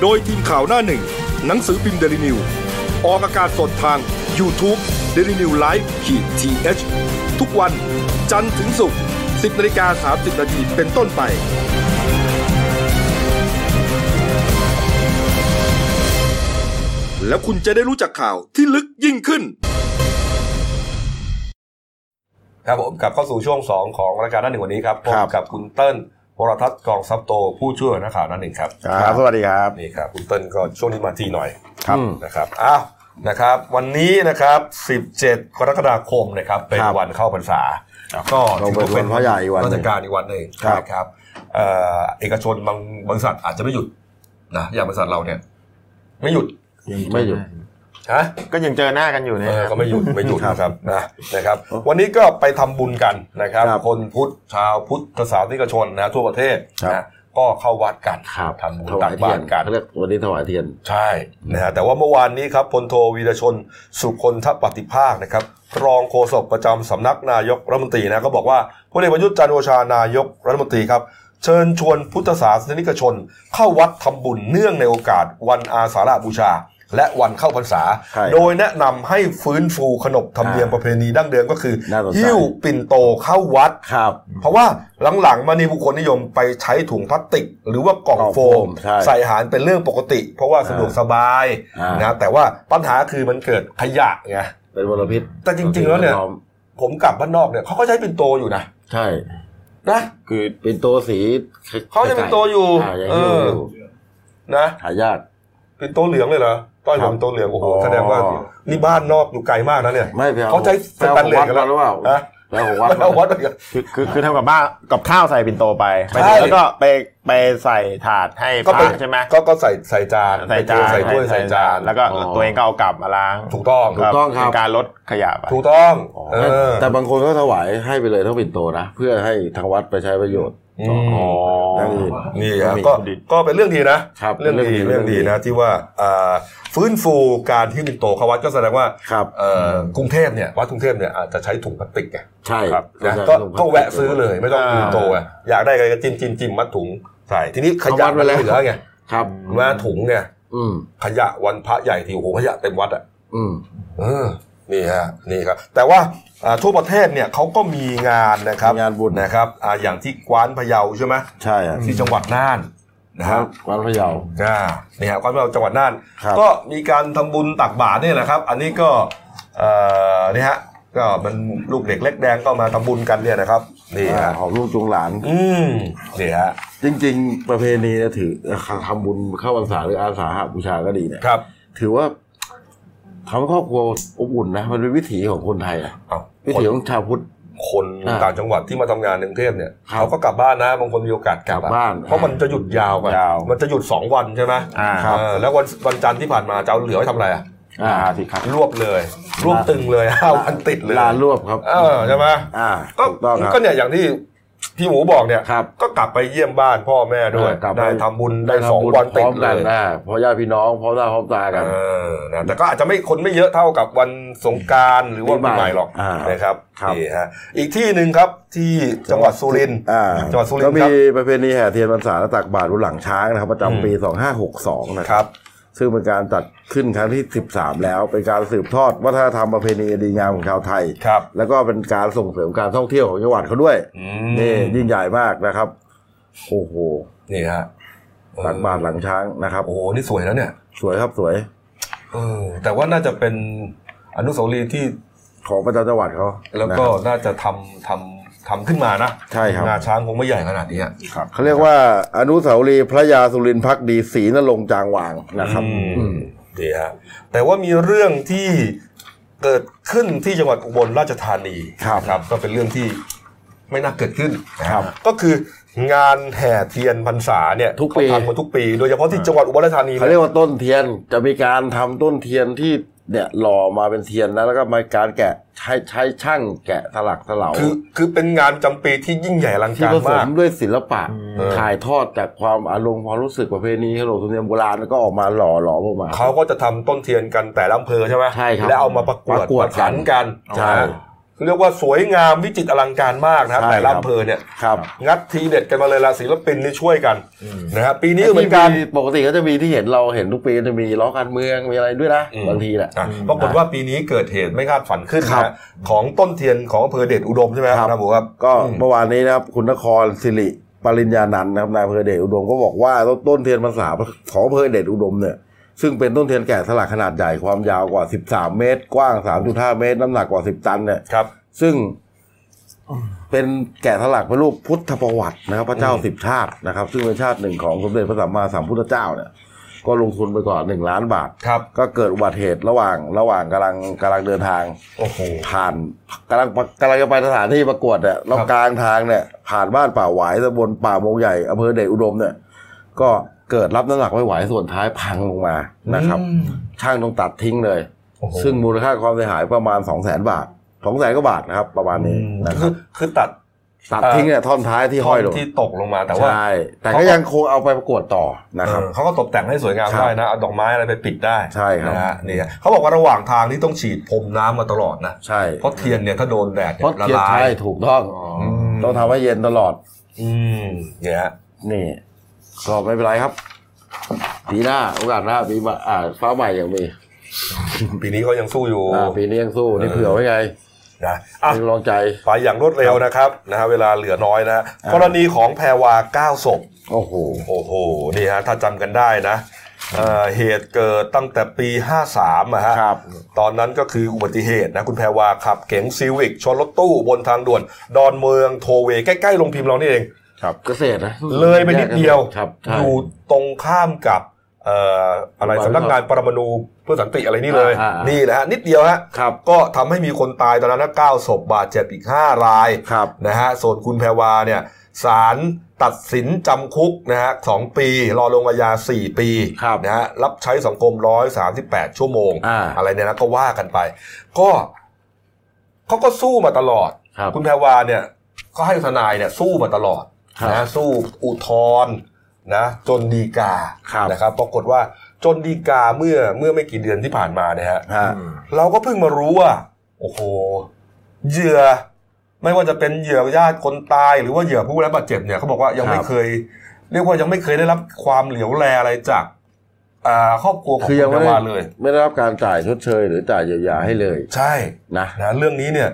Speaker 1: โดยทีมข่าวหน้าหนึ่ง หนังสือพิมพ์เดลิวิวออกอากาศสดทาง y o u t u เด d ิวิวไลฟ์ขีดทีเทุกวัน จันทร์ถึงศุกร์10นาฬิกา30นาทีเป็นต้นไป แล้วคุณจะได้รู้จักข่าวที่ลึกยิ่งขึ้น ครับผมกลับเข้าสู่ช่วง 2 ของรายการหนั่นหนึ่งวันนี้ครับพบ
Speaker 2: ครับ
Speaker 1: กับคุณเติ้ลวรทัศน์กองซับโต ผู้ช่วยหัวหนักข่าวหนั่นหนึ่งครับ
Speaker 2: ครับ สวัสดีครับ
Speaker 1: นี่ครับ คุณเติ้ลก็ช่วงนี้มาทีหน่อย
Speaker 2: ครับ
Speaker 1: นะครับอ้าวนะครับ วันนี้นะครับ 17 กรกฎาคมนะครับเป็น
Speaker 2: ครับ
Speaker 1: วันเข้าพรรษา ก็
Speaker 2: เราเป็นวันพระใหญ่อีกวันหนึ่
Speaker 1: ราช
Speaker 2: ง
Speaker 1: การอีกวันหนึ่ง
Speaker 2: ครับ
Speaker 1: นะครับเอ่อเอกชนบางบริษัทอาจจะไม่หยุดนะอย่างบริษัทเราเนี่ย ไม่หยุด
Speaker 2: ไม่หยุด
Speaker 1: ฮะ
Speaker 6: ก็ยังเจอหน้ากันอยู่
Speaker 1: เอ
Speaker 6: เนี่ย
Speaker 1: อก็ไม่หยุ ดไม่หยุด
Speaker 2: ครับ
Speaker 1: นะครับนะนะครับ วันนี้ก็ไปทำบุญกันนะครับ
Speaker 2: ครับ
Speaker 1: คนพุทธชาวพุทธศาสนิกชนนะทั่วประเทศ
Speaker 2: ครับ
Speaker 1: นะก็เข้าวัดกัน
Speaker 2: ครับ
Speaker 1: ทำบุญ
Speaker 2: ถ
Speaker 1: ตั
Speaker 2: วาก ยเที
Speaker 1: บาย
Speaker 2: น
Speaker 1: ตรกัน
Speaker 2: เขาเรียกวันนี้ถวายเทียน
Speaker 1: ใช่นะฮะแต่ว่าเมื่อวานนี้ครับพลโทวีรชนสุคนทปฏิภาคนะครับรองโฆษกประจำสำนักนายกรัฐมนตรีนะก็บอกว่าพลเอกประยุทธ์จันทร์โอชานายกรัฐมนตรีครับ เชิญชวนพุทธศาสนิกชน เข้าวัดทำบุญเนื่องในโอกาสวันอาสาฬหบูชา และวันเข้าพรรษา
Speaker 2: ใช่
Speaker 1: โดยแนะนำให้ฟื้นฟูขนบธรรมเนียม
Speaker 2: อ่า
Speaker 1: ประเพณีดั้งเดิมก็คือ
Speaker 2: น่าสนใจ
Speaker 1: หิ้วปิ่นโตเข้าวัด
Speaker 2: ครับ
Speaker 1: เพราะว่าหลังๆมานี่บุคคลนิยมไปใช้ถุงพลาสติก หรือว่ากล่อง
Speaker 2: กล่อง
Speaker 1: โฟ
Speaker 2: โฟ
Speaker 1: ม
Speaker 2: มใช่
Speaker 1: ใส่อาหารเป็นเรื่องปกติ เพราะว่าสะดวกสบาย
Speaker 2: อ่าน
Speaker 1: นะแต่ว่าปัญหาคือมันเกิดขยะไง
Speaker 2: เป็นมลพิษ
Speaker 1: แต่จริงๆแล้วเนี่ย
Speaker 2: พร้อม
Speaker 1: ผมกลับบ้านนอกเนี่ยเขาก็ใช้ปิ่นโตอยู่นะ
Speaker 2: ใช่
Speaker 1: นะ
Speaker 6: คือ
Speaker 2: เป็นตัวสี
Speaker 1: เขาจะปิ่นโตอยู่
Speaker 2: อ่ายัง
Speaker 1: เอ
Speaker 2: อยู่
Speaker 1: อ
Speaker 2: อยู่
Speaker 1: นะ
Speaker 2: หายาก
Speaker 1: ปิ่นโตเหลืองเลยเหรอต้อยผ
Speaker 2: ครั
Speaker 1: ม
Speaker 2: บ
Speaker 1: ปิ่นโตเหลืองโอ้โห
Speaker 2: อ๋อ
Speaker 1: แสดงว่านี่บ้านนอกอยู่ไกลมากนะเนี่ย
Speaker 2: ไม่แปล
Speaker 1: เขาใช้สแตนเลสกันแล้
Speaker 2: แล้ว วหรือเปล่า
Speaker 1: นะ
Speaker 2: แปลของวัด
Speaker 1: แล้ววัดอะไร
Speaker 6: คือคือคือทำกับบ้านกับข้าวใส่ปิ่นโตไปไป
Speaker 1: ใช่
Speaker 6: ถึงแล้วก็ไปไปใส่ถาดให้พ
Speaker 1: ก็
Speaker 6: ระ
Speaker 1: เป็น
Speaker 6: ใช่ไหม
Speaker 1: ก็ก็ใส่ใส่จาน
Speaker 6: ใส่จาน
Speaker 1: ใส่ถ้วยใส่จาน
Speaker 6: แล้วก็ตัวเองก็เอากลับมาล้าง
Speaker 1: ถูกต้อง
Speaker 2: ถูกต้องค
Speaker 6: เป็
Speaker 2: รับ
Speaker 6: นการลดขยะไป
Speaker 1: ถูกต้องเอ
Speaker 2: แต่
Speaker 1: อ
Speaker 2: แต่บางคนก็ถวายให้ไปเลยเท่าปิ่นโตนะเพื่อให้ทางวัดไปใช้ประโยชน์
Speaker 1: อืม
Speaker 2: อ๋ออย่างอื่น
Speaker 1: นี่ฮะ
Speaker 2: มี
Speaker 1: ก็
Speaker 2: ดี
Speaker 1: ก็เป็นเรื่องดีนะครับ เรื่องดี
Speaker 2: เป็นเรื่
Speaker 1: เรื่อ
Speaker 2: อง งดี
Speaker 1: ดีนะที่ว่าอ่าฟื้นฟูการที่มินโตเข้าวัดก็แสดงว่า
Speaker 2: ครับ
Speaker 1: เอ่อกรุงเทพเนี่ยวัดกรุงเทพเนี่ยอาจจะใช้ถุงพลาสติกไง
Speaker 2: ใช่
Speaker 6: ครับ
Speaker 1: นะ
Speaker 2: ใช่
Speaker 1: ก็
Speaker 2: ถุงพลาสติ
Speaker 1: ก็แวะซื้อเลยไม่ต้อง
Speaker 6: อ่า
Speaker 1: มินโตอะอยากได้อะไรก็จิ้มจิ้มจิ้มมัดถุงใส่ทีนี้ข
Speaker 2: เอา
Speaker 1: ยะ
Speaker 2: วัดไว้
Speaker 1: มันเห
Speaker 2: แล้ว
Speaker 1: ลือไง
Speaker 2: ครับ
Speaker 1: ว่าถุงเนี่ย
Speaker 2: อืม
Speaker 1: ขยะวันพระใหญ่ที่โอ้โหขยะเต็มวัดอ่ะ
Speaker 2: อืม
Speaker 1: เออนี่ฮะนี่ครับแต่ว่าอ่าทั่วประเทศเนี่ยเขาก็มีงานนะครับ
Speaker 2: มีงานบุญ
Speaker 1: นะครับอ่าอย่างที่กวานพะเยาใช่ไหม
Speaker 2: ใช่อะ
Speaker 1: ที่จังหวัดน่านนะ
Speaker 2: ค
Speaker 1: ค
Speaker 2: รั
Speaker 1: รั
Speaker 2: บบวัดพะเยา
Speaker 1: อ่านี่ฮะกวานพะเยาจังหวัดน่าน
Speaker 2: ครับ
Speaker 1: ก็มีการทำบุญตักบาตรเนี่ยนะครับ อันนี้ก็เอ่อนี่ฮะก็มันลูกเด็กเล็กแดงก็มาทำบุญกันเนี่ยนะครับนี่
Speaker 2: อ่า
Speaker 1: ฮะ
Speaker 2: ของลูกจุงหลาน
Speaker 1: อืมนี่ฮะ
Speaker 2: จริง ๆ ประเพณีเนี่ยถือทำบุญเข้าพรรษาหรืออาสาหบูชาก็ดีเนี่ย
Speaker 1: ครับ
Speaker 2: ถือว่าทำให้ครอบครัวอบอุ่นนะมันเป็นวิถีของคนไทยอะ
Speaker 1: เอา
Speaker 2: วิ
Speaker 1: คน
Speaker 2: ถีของชาวพุทธ
Speaker 1: คน
Speaker 2: อ่า
Speaker 1: ต่างจังหวัดที่มาทำงานในกรุงเทพเนี่ย
Speaker 2: ครับ
Speaker 1: เขาก็กลับบ้านนะบางคนมีโอกาสกลับอะ
Speaker 2: กลับบ้าน
Speaker 1: เพราะมันจะหยุดยาวไป
Speaker 6: ยาว
Speaker 1: มันจะหยุดสองวันใช่ไหม
Speaker 6: อ่า
Speaker 1: เออแล้ววันวันจันทร์ที่ผ่านมาจะเอาเหลือไว้ทำอะไรอ่ะ
Speaker 6: อ่าสิครับ
Speaker 1: รวบเลย รวบตึง เลย ห้าวันติดเลย
Speaker 2: ลารวบครับ
Speaker 1: เออใช่ไหม
Speaker 2: อ่า
Speaker 1: ก็
Speaker 2: ถูกต้องค
Speaker 1: ก็
Speaker 2: รับ
Speaker 1: เนี่ยอย่างที่พี่หมูบอกเนี่ย
Speaker 2: ครับ
Speaker 1: ก็กลับไปเยี่ยมบ้านพ่อแม่ด้วย
Speaker 2: เออกลับไป
Speaker 1: ได้ทำบุญได้สองวัน
Speaker 2: พ
Speaker 1: ติ
Speaker 2: ร้
Speaker 1: ด
Speaker 2: อม
Speaker 1: เล
Speaker 2: กัน
Speaker 1: ย
Speaker 2: นะพอญาติพี่น้องพร้อมหน้าพร้อมตากัน
Speaker 1: เออนะแต่ก็อาจจะไม่คนไม่เยอะเท่ากับวันสงกรารหรือว่า
Speaker 2: ปี
Speaker 1: ปี
Speaker 2: ใหม่
Speaker 1: ใหม่หรอก
Speaker 2: อ่าน
Speaker 1: นะครับ
Speaker 2: ครับ
Speaker 1: นี่ฮะอีกที่หนึ่งครับที่จังหวัดสุรินทร์
Speaker 2: อ่า
Speaker 1: จังหวัดสุรินท
Speaker 2: ก็
Speaker 1: ร์ค
Speaker 2: มี
Speaker 1: รับ
Speaker 2: ประเพณีแห่เทียนพรรษาและตักบาตรบนหลังช้างนะครับประจำปี 2562 นะ
Speaker 1: ค
Speaker 2: ครั
Speaker 1: รั
Speaker 2: บ
Speaker 1: บ
Speaker 2: ซึ่งเป็นการจัดขึ้นครั้งที่ 13 แล้ว เป็นการสืบทอดวัฒนธรรมประเพณีดีงามของชาวไทย
Speaker 1: ครับ
Speaker 2: แล้วก็เป็นการส่งเสริมการท่องเที่ยวของจังหวัดเขาด้วย
Speaker 1: อืม
Speaker 2: นี่ยิ่งใหญ่มากนะครับ โอ้โห
Speaker 1: นี่ฮะเออ
Speaker 2: ตักบาตรหลังช้างนะครับ
Speaker 1: โอ้โหนี่สวยแล้วเนี่ย
Speaker 2: สวยครับสวย
Speaker 1: เออแต่ว่าน่าจะเป็นอนุสาวรีย์ที่
Speaker 2: ของประจำจังหวัดเขา
Speaker 1: แล้วก็
Speaker 2: นะครับ
Speaker 1: น่าจะทำทำทำขึ้นมานะ
Speaker 2: ใช่ครับ
Speaker 1: งาช้างคงไม่ใหญ่ขนาดนี้อะ
Speaker 2: เขาเรียกว่าอนุสาวรีย์พระยาสุรินทร์พักดีศรีนรงค์จางหวางนะครับ
Speaker 1: อืมดีฮะแต่ว่ามีเรื่องที่ เกิดขึ้นที่จังหวัดอุบลราชธานี
Speaker 2: ครับ
Speaker 1: นะครับ ก็เป็นเรื่องที่ไม่น่าเกิดขึ้นนะครับ ก็คืองานแห่เทียนพรรษาเนี่ย
Speaker 3: ทุกปี
Speaker 1: เขาทำกันทุกปี โดยเฉพาะที่จังหวัดอุบลราชธานี
Speaker 2: เขาเรียกว่าต้นเทียนจะมีการทำต้นเทียนที่เนี่ยหล่อมาเป็นเทียนนะแล้วก็มาการแกะใช้ใช้ช่างแกะสลักสลาว
Speaker 1: คือคือเป็นงานประจำปีที่ยิ่งใหญ่อลัง
Speaker 2: ที่
Speaker 1: การ
Speaker 2: ผส
Speaker 1: มาม ก
Speaker 2: ด้วยศิลปะ
Speaker 1: เออ
Speaker 2: ถ่ายทอดจากความอารมณ์ความรู้สึกประเพณีขนบธรรมเนียมโบราณแล้วก็ออกมาหล่อหลอมออกมา
Speaker 1: เขาก็จะทำต้นเทียนกันแต่ละอำเภอใช่ไหม
Speaker 2: ใช่ครับ
Speaker 1: แล้วเอามาประกวด
Speaker 2: ประกวด
Speaker 1: ขันกัน
Speaker 2: ใช่
Speaker 1: นะเรียกว่าสวยงามวิจิตรอลังการมากนะครับ
Speaker 2: ใช่
Speaker 1: แต่ละ
Speaker 2: ครับ
Speaker 1: อำเภอเนี่ย
Speaker 2: ครับ
Speaker 1: งัดทีเด็ดกันมาเลยละศิลปินนี่ช่วยกันนะฮะปีนี้ก็เหมือนกัน
Speaker 2: ที่ปกติก็จะมีที่เห็นเราเห็นทุกปีจะมีล้อการเมืองมีอะไรด้วยนะ
Speaker 1: อืม
Speaker 2: บางทีแหละ
Speaker 1: อ่ะปรากฏว่าปีนี้เกิดเหตุไม่คาดฝันขึ้น
Speaker 2: ครั
Speaker 1: นะ
Speaker 2: บ
Speaker 1: ฮะของต้นเทียนของอำเภอเดชอุดมใช่ไหม
Speaker 2: ครับ
Speaker 1: นะผมครับ
Speaker 2: ก็
Speaker 1: อืม
Speaker 2: เมื่อวานนี้นะครับคุณนครสิริปริญญานันท์นะครับนายอำเภอเดชอุดมก็บอกว่าต้นต้นเทียนพรรษาของอำเภอเดชอุดมเนี่ยซึ่งเป็นต้นเทียนแกะสลักขนาดใหญ่ความยาวกว่า 13 เมตร กว้าง 3.5 เมตร น้ำหนักกว่า 10 ตันเนี่ย
Speaker 1: ครับ
Speaker 2: ซึ่งเป็นแกะสลักเป็นรูปพุทธประวัตินะครับ พระเจ้าสิบชาตินะครับ ซึ่งเป็นชาติหนึ่งของสมเด็จพระสัมมาสัมพุทธเจ้าเนี่ยก็ลงทุนไปก่อน1ล้านบาท
Speaker 1: ครับ
Speaker 2: ก็เกิดอุบัติเหตุระหว่างระหว่างกำลังกำลังเดินทาง
Speaker 1: โอ้โห
Speaker 2: ผ่านกำลังกำลังจะไปสถานที่ประกวดเนี่ยแล้ว
Speaker 1: ครับ
Speaker 2: กลางทางเนี่ย ผ่านบ้านป่าหวายตำบลป่ามงใหญ่อำเภอเดชอุดมเนี่ย ก็เกิดรับน้ำหนักไม่ไหวส่วนท้ายพังลงมานะครับ
Speaker 1: อืม
Speaker 2: ช่างต้องตัดทิ้งเลย
Speaker 1: โอ้โห
Speaker 2: ซึ่งมูลค่าความเสียหายประมาณ 2 0 0แสนบาท2 0 0แสนกว่าบาทนะครับ ประมาณนี้นะค
Speaker 1: คื
Speaker 2: รั
Speaker 1: อบคือตัด
Speaker 2: ตัดทิ้งเนี่ยท่อนท้ายที่ห้อยลง
Speaker 1: ที่ตกลงมาแต่ว่า
Speaker 2: ใช่แต่
Speaker 1: เขา
Speaker 2: ก็
Speaker 1: ก็
Speaker 2: ยังคงเอาไปประกวดต่อนะครับ
Speaker 1: เออเขาก็ตกแต่งให้สวยงาม
Speaker 2: ครับ
Speaker 1: ได้นะเอาดอกไม้อะไรไปปิดได้
Speaker 2: ใช่ครับ
Speaker 1: นะฮะนี่ฮะเขาบอกว่าระหว่างทางนี่ต้องฉีดพรมน้ำมาตลอดนะ
Speaker 2: ใช่
Speaker 1: เพราะเทียนเนี่ยถ้าโดนแดด
Speaker 2: เพราะ
Speaker 1: ละ
Speaker 2: เทียน
Speaker 1: ลา
Speaker 2: ใช่
Speaker 1: ย
Speaker 2: ถูกต้อง
Speaker 1: อืม
Speaker 2: ต้องทำให้เย็นตลอด
Speaker 1: อืมเนี่ยฮะ
Speaker 2: นี่ก็ไม่เป็นไรครับ ปีหน้าโอกาสหน้าปีมาอ่าฟ้าใหม่ยังมี
Speaker 1: ปีนี้ก็ยังสู้อยู่
Speaker 2: อ่าปีนี้ยังสู้นี่เผื่อไว้ไง
Speaker 1: นะอ่ะ
Speaker 2: ยังลองใจ
Speaker 1: ไปอย่างรวดเร็วนะครับนะฮะเวลาเหลือน้อยนะฮะ
Speaker 2: อ่า
Speaker 1: กรณีของแพรวา9ศพ
Speaker 2: โอ้โห
Speaker 1: โอ้โหนี่ฮะถ้าจำกันได้นะเอ่อเหตุเกิดตั้งแต่ปี 53อะฮะ
Speaker 2: ครับ
Speaker 1: ตอนนั้นก็คืออุบัติเหตุนะคุณแพรวาขับเก๋งซีวิกชนรถตู้บนทางด่วน ดอนเมืองโทเวย์ใกล้ ๆ ลงพิมพ์เรานี่เอง
Speaker 2: ครับเกษตรนะ
Speaker 1: เลยไปนิดเดียว
Speaker 2: ครับ
Speaker 1: อ
Speaker 2: ใช่
Speaker 1: ยู่ตรงข้ามกับเอ่ออะไร
Speaker 2: ประมาณ
Speaker 1: สำนักงานปรมาณูเพื่อสันติอะไรนี่เลย
Speaker 2: อ่าอ่านี่
Speaker 1: นี่นะฮะนิดเดียวฮะ
Speaker 2: ครับ
Speaker 1: ก็ทำให้มีคนตายตอนนั้นนะ9ศพบาดเจ็บอีก 5 ราย
Speaker 2: ครับ
Speaker 1: นะฮะส่วนคุณแพรวาเนี่ยศาลตัดสินจำคุกนะฮะสองปี รอลงอาญาสี่ปี
Speaker 2: ครับ
Speaker 1: นะฮะรับใช้สังคมร้อยสามสิบแปดชั่วโมง
Speaker 2: อ่า
Speaker 1: ไรเนี่ยนะก็ว่ากันไป ก็เขาก็สู้มาตลอด
Speaker 2: ครับ
Speaker 1: คุณแพรวาเนี่ยก็ให้ทนายเนี่ยสู้มาตลอด
Speaker 2: ครับ
Speaker 1: นะสู้อุทธรณ์นะจนดีกา
Speaker 2: ครับ
Speaker 1: นะครับ ปรากฏว่าจนดีกาเมื่อเมื่อไม่กี่เดือนที่ผ่านมาเนี่ยฮะ
Speaker 2: ฮะ
Speaker 1: เราก็เพิ่งมารู้ว่า โอ้โห เหยื่อ ไม่ว่าจะเป็นเหยื่อญาติคนตายหรือว่าเหยื่อผู้ได้รับบาดเจ็บเนี่ยเขาบอกว่ายังไม่
Speaker 2: ครับ
Speaker 1: เคย เรียกว่ายังไม่เคยได้รับความเหลียวแลอะไรจากอ่าครอบครัวของ
Speaker 2: คือยัง
Speaker 1: ณ
Speaker 2: ไม่
Speaker 1: แพร
Speaker 2: ได้
Speaker 1: วาเลย
Speaker 2: ไม่ได้รับการจ่ายชดเชยหรือจ่ายเยียวยาให้เลย
Speaker 1: ใช่
Speaker 2: นะ
Speaker 1: นะเรื่องนี้เนี่ย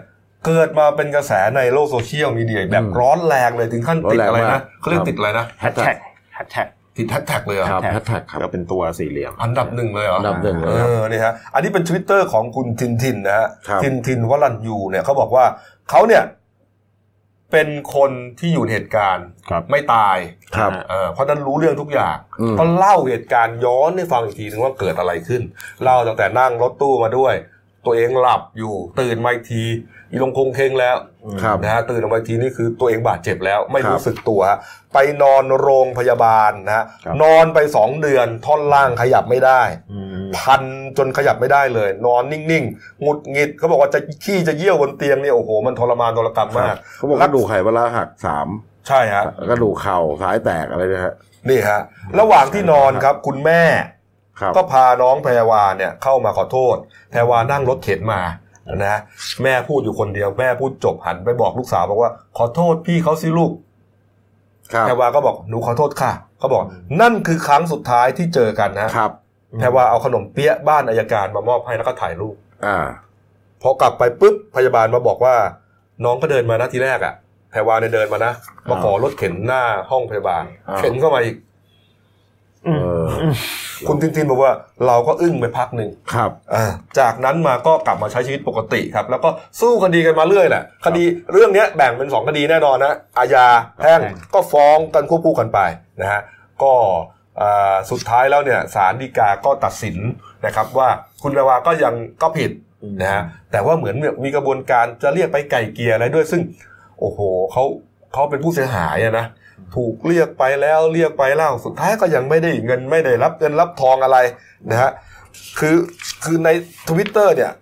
Speaker 1: เกิดมาเป็นกระแสในโลกโซเชียลมีเดียแบบ
Speaker 2: อืม
Speaker 1: ร้อนแรงเลยถึงขั้นติดอะ
Speaker 2: ร้อนแรง
Speaker 1: ไร
Speaker 2: มา
Speaker 1: นะ
Speaker 2: ก
Speaker 1: เขาเรียกติดอะไรนะ
Speaker 6: แฮชแท็กแฮชแท็ก
Speaker 1: ติดแฮชแท็กเลยเหรอ
Speaker 2: ครับแฮชแท็กครับ
Speaker 6: ก็เป็นตัวสี่เหลี่ยม
Speaker 1: อันดับหนึ่งเลยเหรอ
Speaker 2: อันดับหนึ่งเลย
Speaker 1: เอ
Speaker 2: ครับ
Speaker 1: อนี่ฮะอันนี้เป็นทวิตเตอร์ของคุณทินทินนะฮะ
Speaker 2: ครับ
Speaker 1: ทินทินวลันยูเนี่ยเขาบอกว่าเขาเนี่ย เป็นคนที่อยู่ในเหตุการณ์
Speaker 6: ครับ
Speaker 1: ไม่ตาย
Speaker 2: ครับ
Speaker 1: เออเพราะฉะนั้นรู้เรื่องทุกอย่าง
Speaker 2: อืม
Speaker 1: ก็เล่าเหตุการณ์ย้อนให้ฟังอีกทีนึงว่าเกิดอะไรขึ้น เล่าตั้งแต่นั่งรถตู้มาด้วย ตัวเองหลับอยู่ตื่นมาอีกทีอีลงคงเคงแล้ว
Speaker 2: ครับ
Speaker 1: นะฮะตื่นออกมาอีกทีนี่คือตัวเองบาดเจ็บแล้วไม่
Speaker 2: ครับ
Speaker 1: รู้สึกตัวฮะไปนอนโรงพยาบาลนะฮะ
Speaker 6: ครับ
Speaker 1: นอนไปสองเดือนท่อนล่างขยับไม่ได้
Speaker 6: อืม
Speaker 1: พันจนขยับไม่ได้เลย นอนนิ่งๆหงุดหงิดเขาบอกว่าจะขี้จะเยี่ยวบนเตียงเนี่ยโอ้โห มันทรมานทรกรรมมา
Speaker 2: ครั
Speaker 1: ก
Speaker 2: บ เขาบอกกระดูกไขปลาร้าหักสาม
Speaker 1: ใช่ฮะ
Speaker 2: กระดูกเข่าซ้ายแตกอะไรนะฮะ
Speaker 1: นี่ฮะระหว่างที่นอนครับ คุณแม่
Speaker 2: ครับ
Speaker 1: ก็พาน้องแพรวาเนี่ยเข้ามาขอโทษ แพรวานั่งรถเข็นมานะแม่พูดอยู่คนเดียวแม่พูดจบหันไปบอกลูกสาวบอกว่า ขอโทษพี่เขาสิลูก
Speaker 2: ครับ
Speaker 1: แพรวาก็บอกหนูขอโทษค่ะเขาบอก นั่นคือครั้งสุดท้ายที่เจอกันนะครับ แพรวาเอาขนมเปี๊ยะบ้านอายการมามอบให้แล้วก็ถ่ายรูป
Speaker 2: อ่า
Speaker 1: พอกลับไปปุ๊บพยาบาลมาบอกว่า น้องก็เดินมานะทีแรกอะแพรวาเนี่ยเดินมานะมาขอรถเข็นหน้าห้องพยาบาล
Speaker 2: อ้าว
Speaker 1: เข็นเข้ามาอีก
Speaker 2: เออ
Speaker 1: คุณทินทินบอกว่าเราก็อึ้งไปพักหนึ่ง
Speaker 2: ครับ
Speaker 1: อ่าจากนั้นมาก็กลับมาใช้ชีวิตปกติครับ แล้วก็สู้คดีกันมาเรื่อยแหละคดีเรื่องเนี้ยแบ่งเป็นสองคดีแน่นอนนะอาญาแพ่ง
Speaker 6: แพ่ง
Speaker 1: ก็ฟ้องกันควบคู่กันไปนะฮะก็อ่าสุดท้ายแล้วเนี่ยศาลฎีกาก็ตัดสินนะครับว่าคุณแพรวาก็ยังก็ผิด นะฮะแต่ว่าเหมือนมีกระบวนการจะเรียกไปไก่เกลียอะไรด้วยซึ่ง โอ้โหเขาเขาเป็นผู้เสียหายอะนะถูกเรียกไปแล้วเรียกไปเล่าสุดท้ายก็ยังไม่ได้เงินไม่ได้รับเงินรับทองอะไรนะฮะคือคือในทวิตเตอร์เนี่ย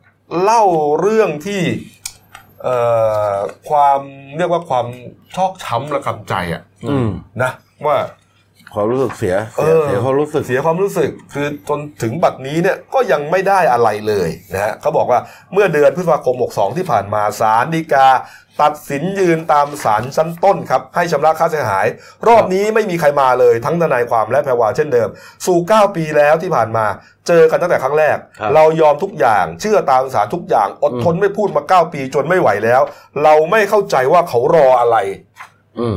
Speaker 1: เล่าเรื่องที่เอ่อความเรียกว่าความชอกช้ำระกำใจอะ
Speaker 2: อืม
Speaker 1: นะว่า
Speaker 2: ความรู้สึกเสีย
Speaker 1: เอ
Speaker 2: เสี
Speaker 1: อ
Speaker 2: ยเสียความรู้สึก
Speaker 1: เสียความรู้สึกคือจนถึงบัดนี้เนี่ยก็ยังไม่ได้อะไรเลยนะฮะเขาบอกว่าเมื่อเดือนพฤษภาคม 62 ที่ผ่านมาศาลฎีกา ตัดสินยืนตามศาลชั้นต้นครับ ให้ชำระค่าเสียหาย รอบนี้ไม่มีใครมาเลยทั้งทนายความและแพรวาเช่นเดิม สู่ 9 ปีแล้วที่ผ่านมาเจอกันตั้งแต่ครั้งแรก
Speaker 6: ครับ
Speaker 1: เรายอมทุกอย่างเชื่อตามศาลทุกอย่างอดทนไม่พูดมา 9 ปีจนไม่ไหวแล้ว เราไม่เข้าใจว่าเขารออะไร
Speaker 2: อืม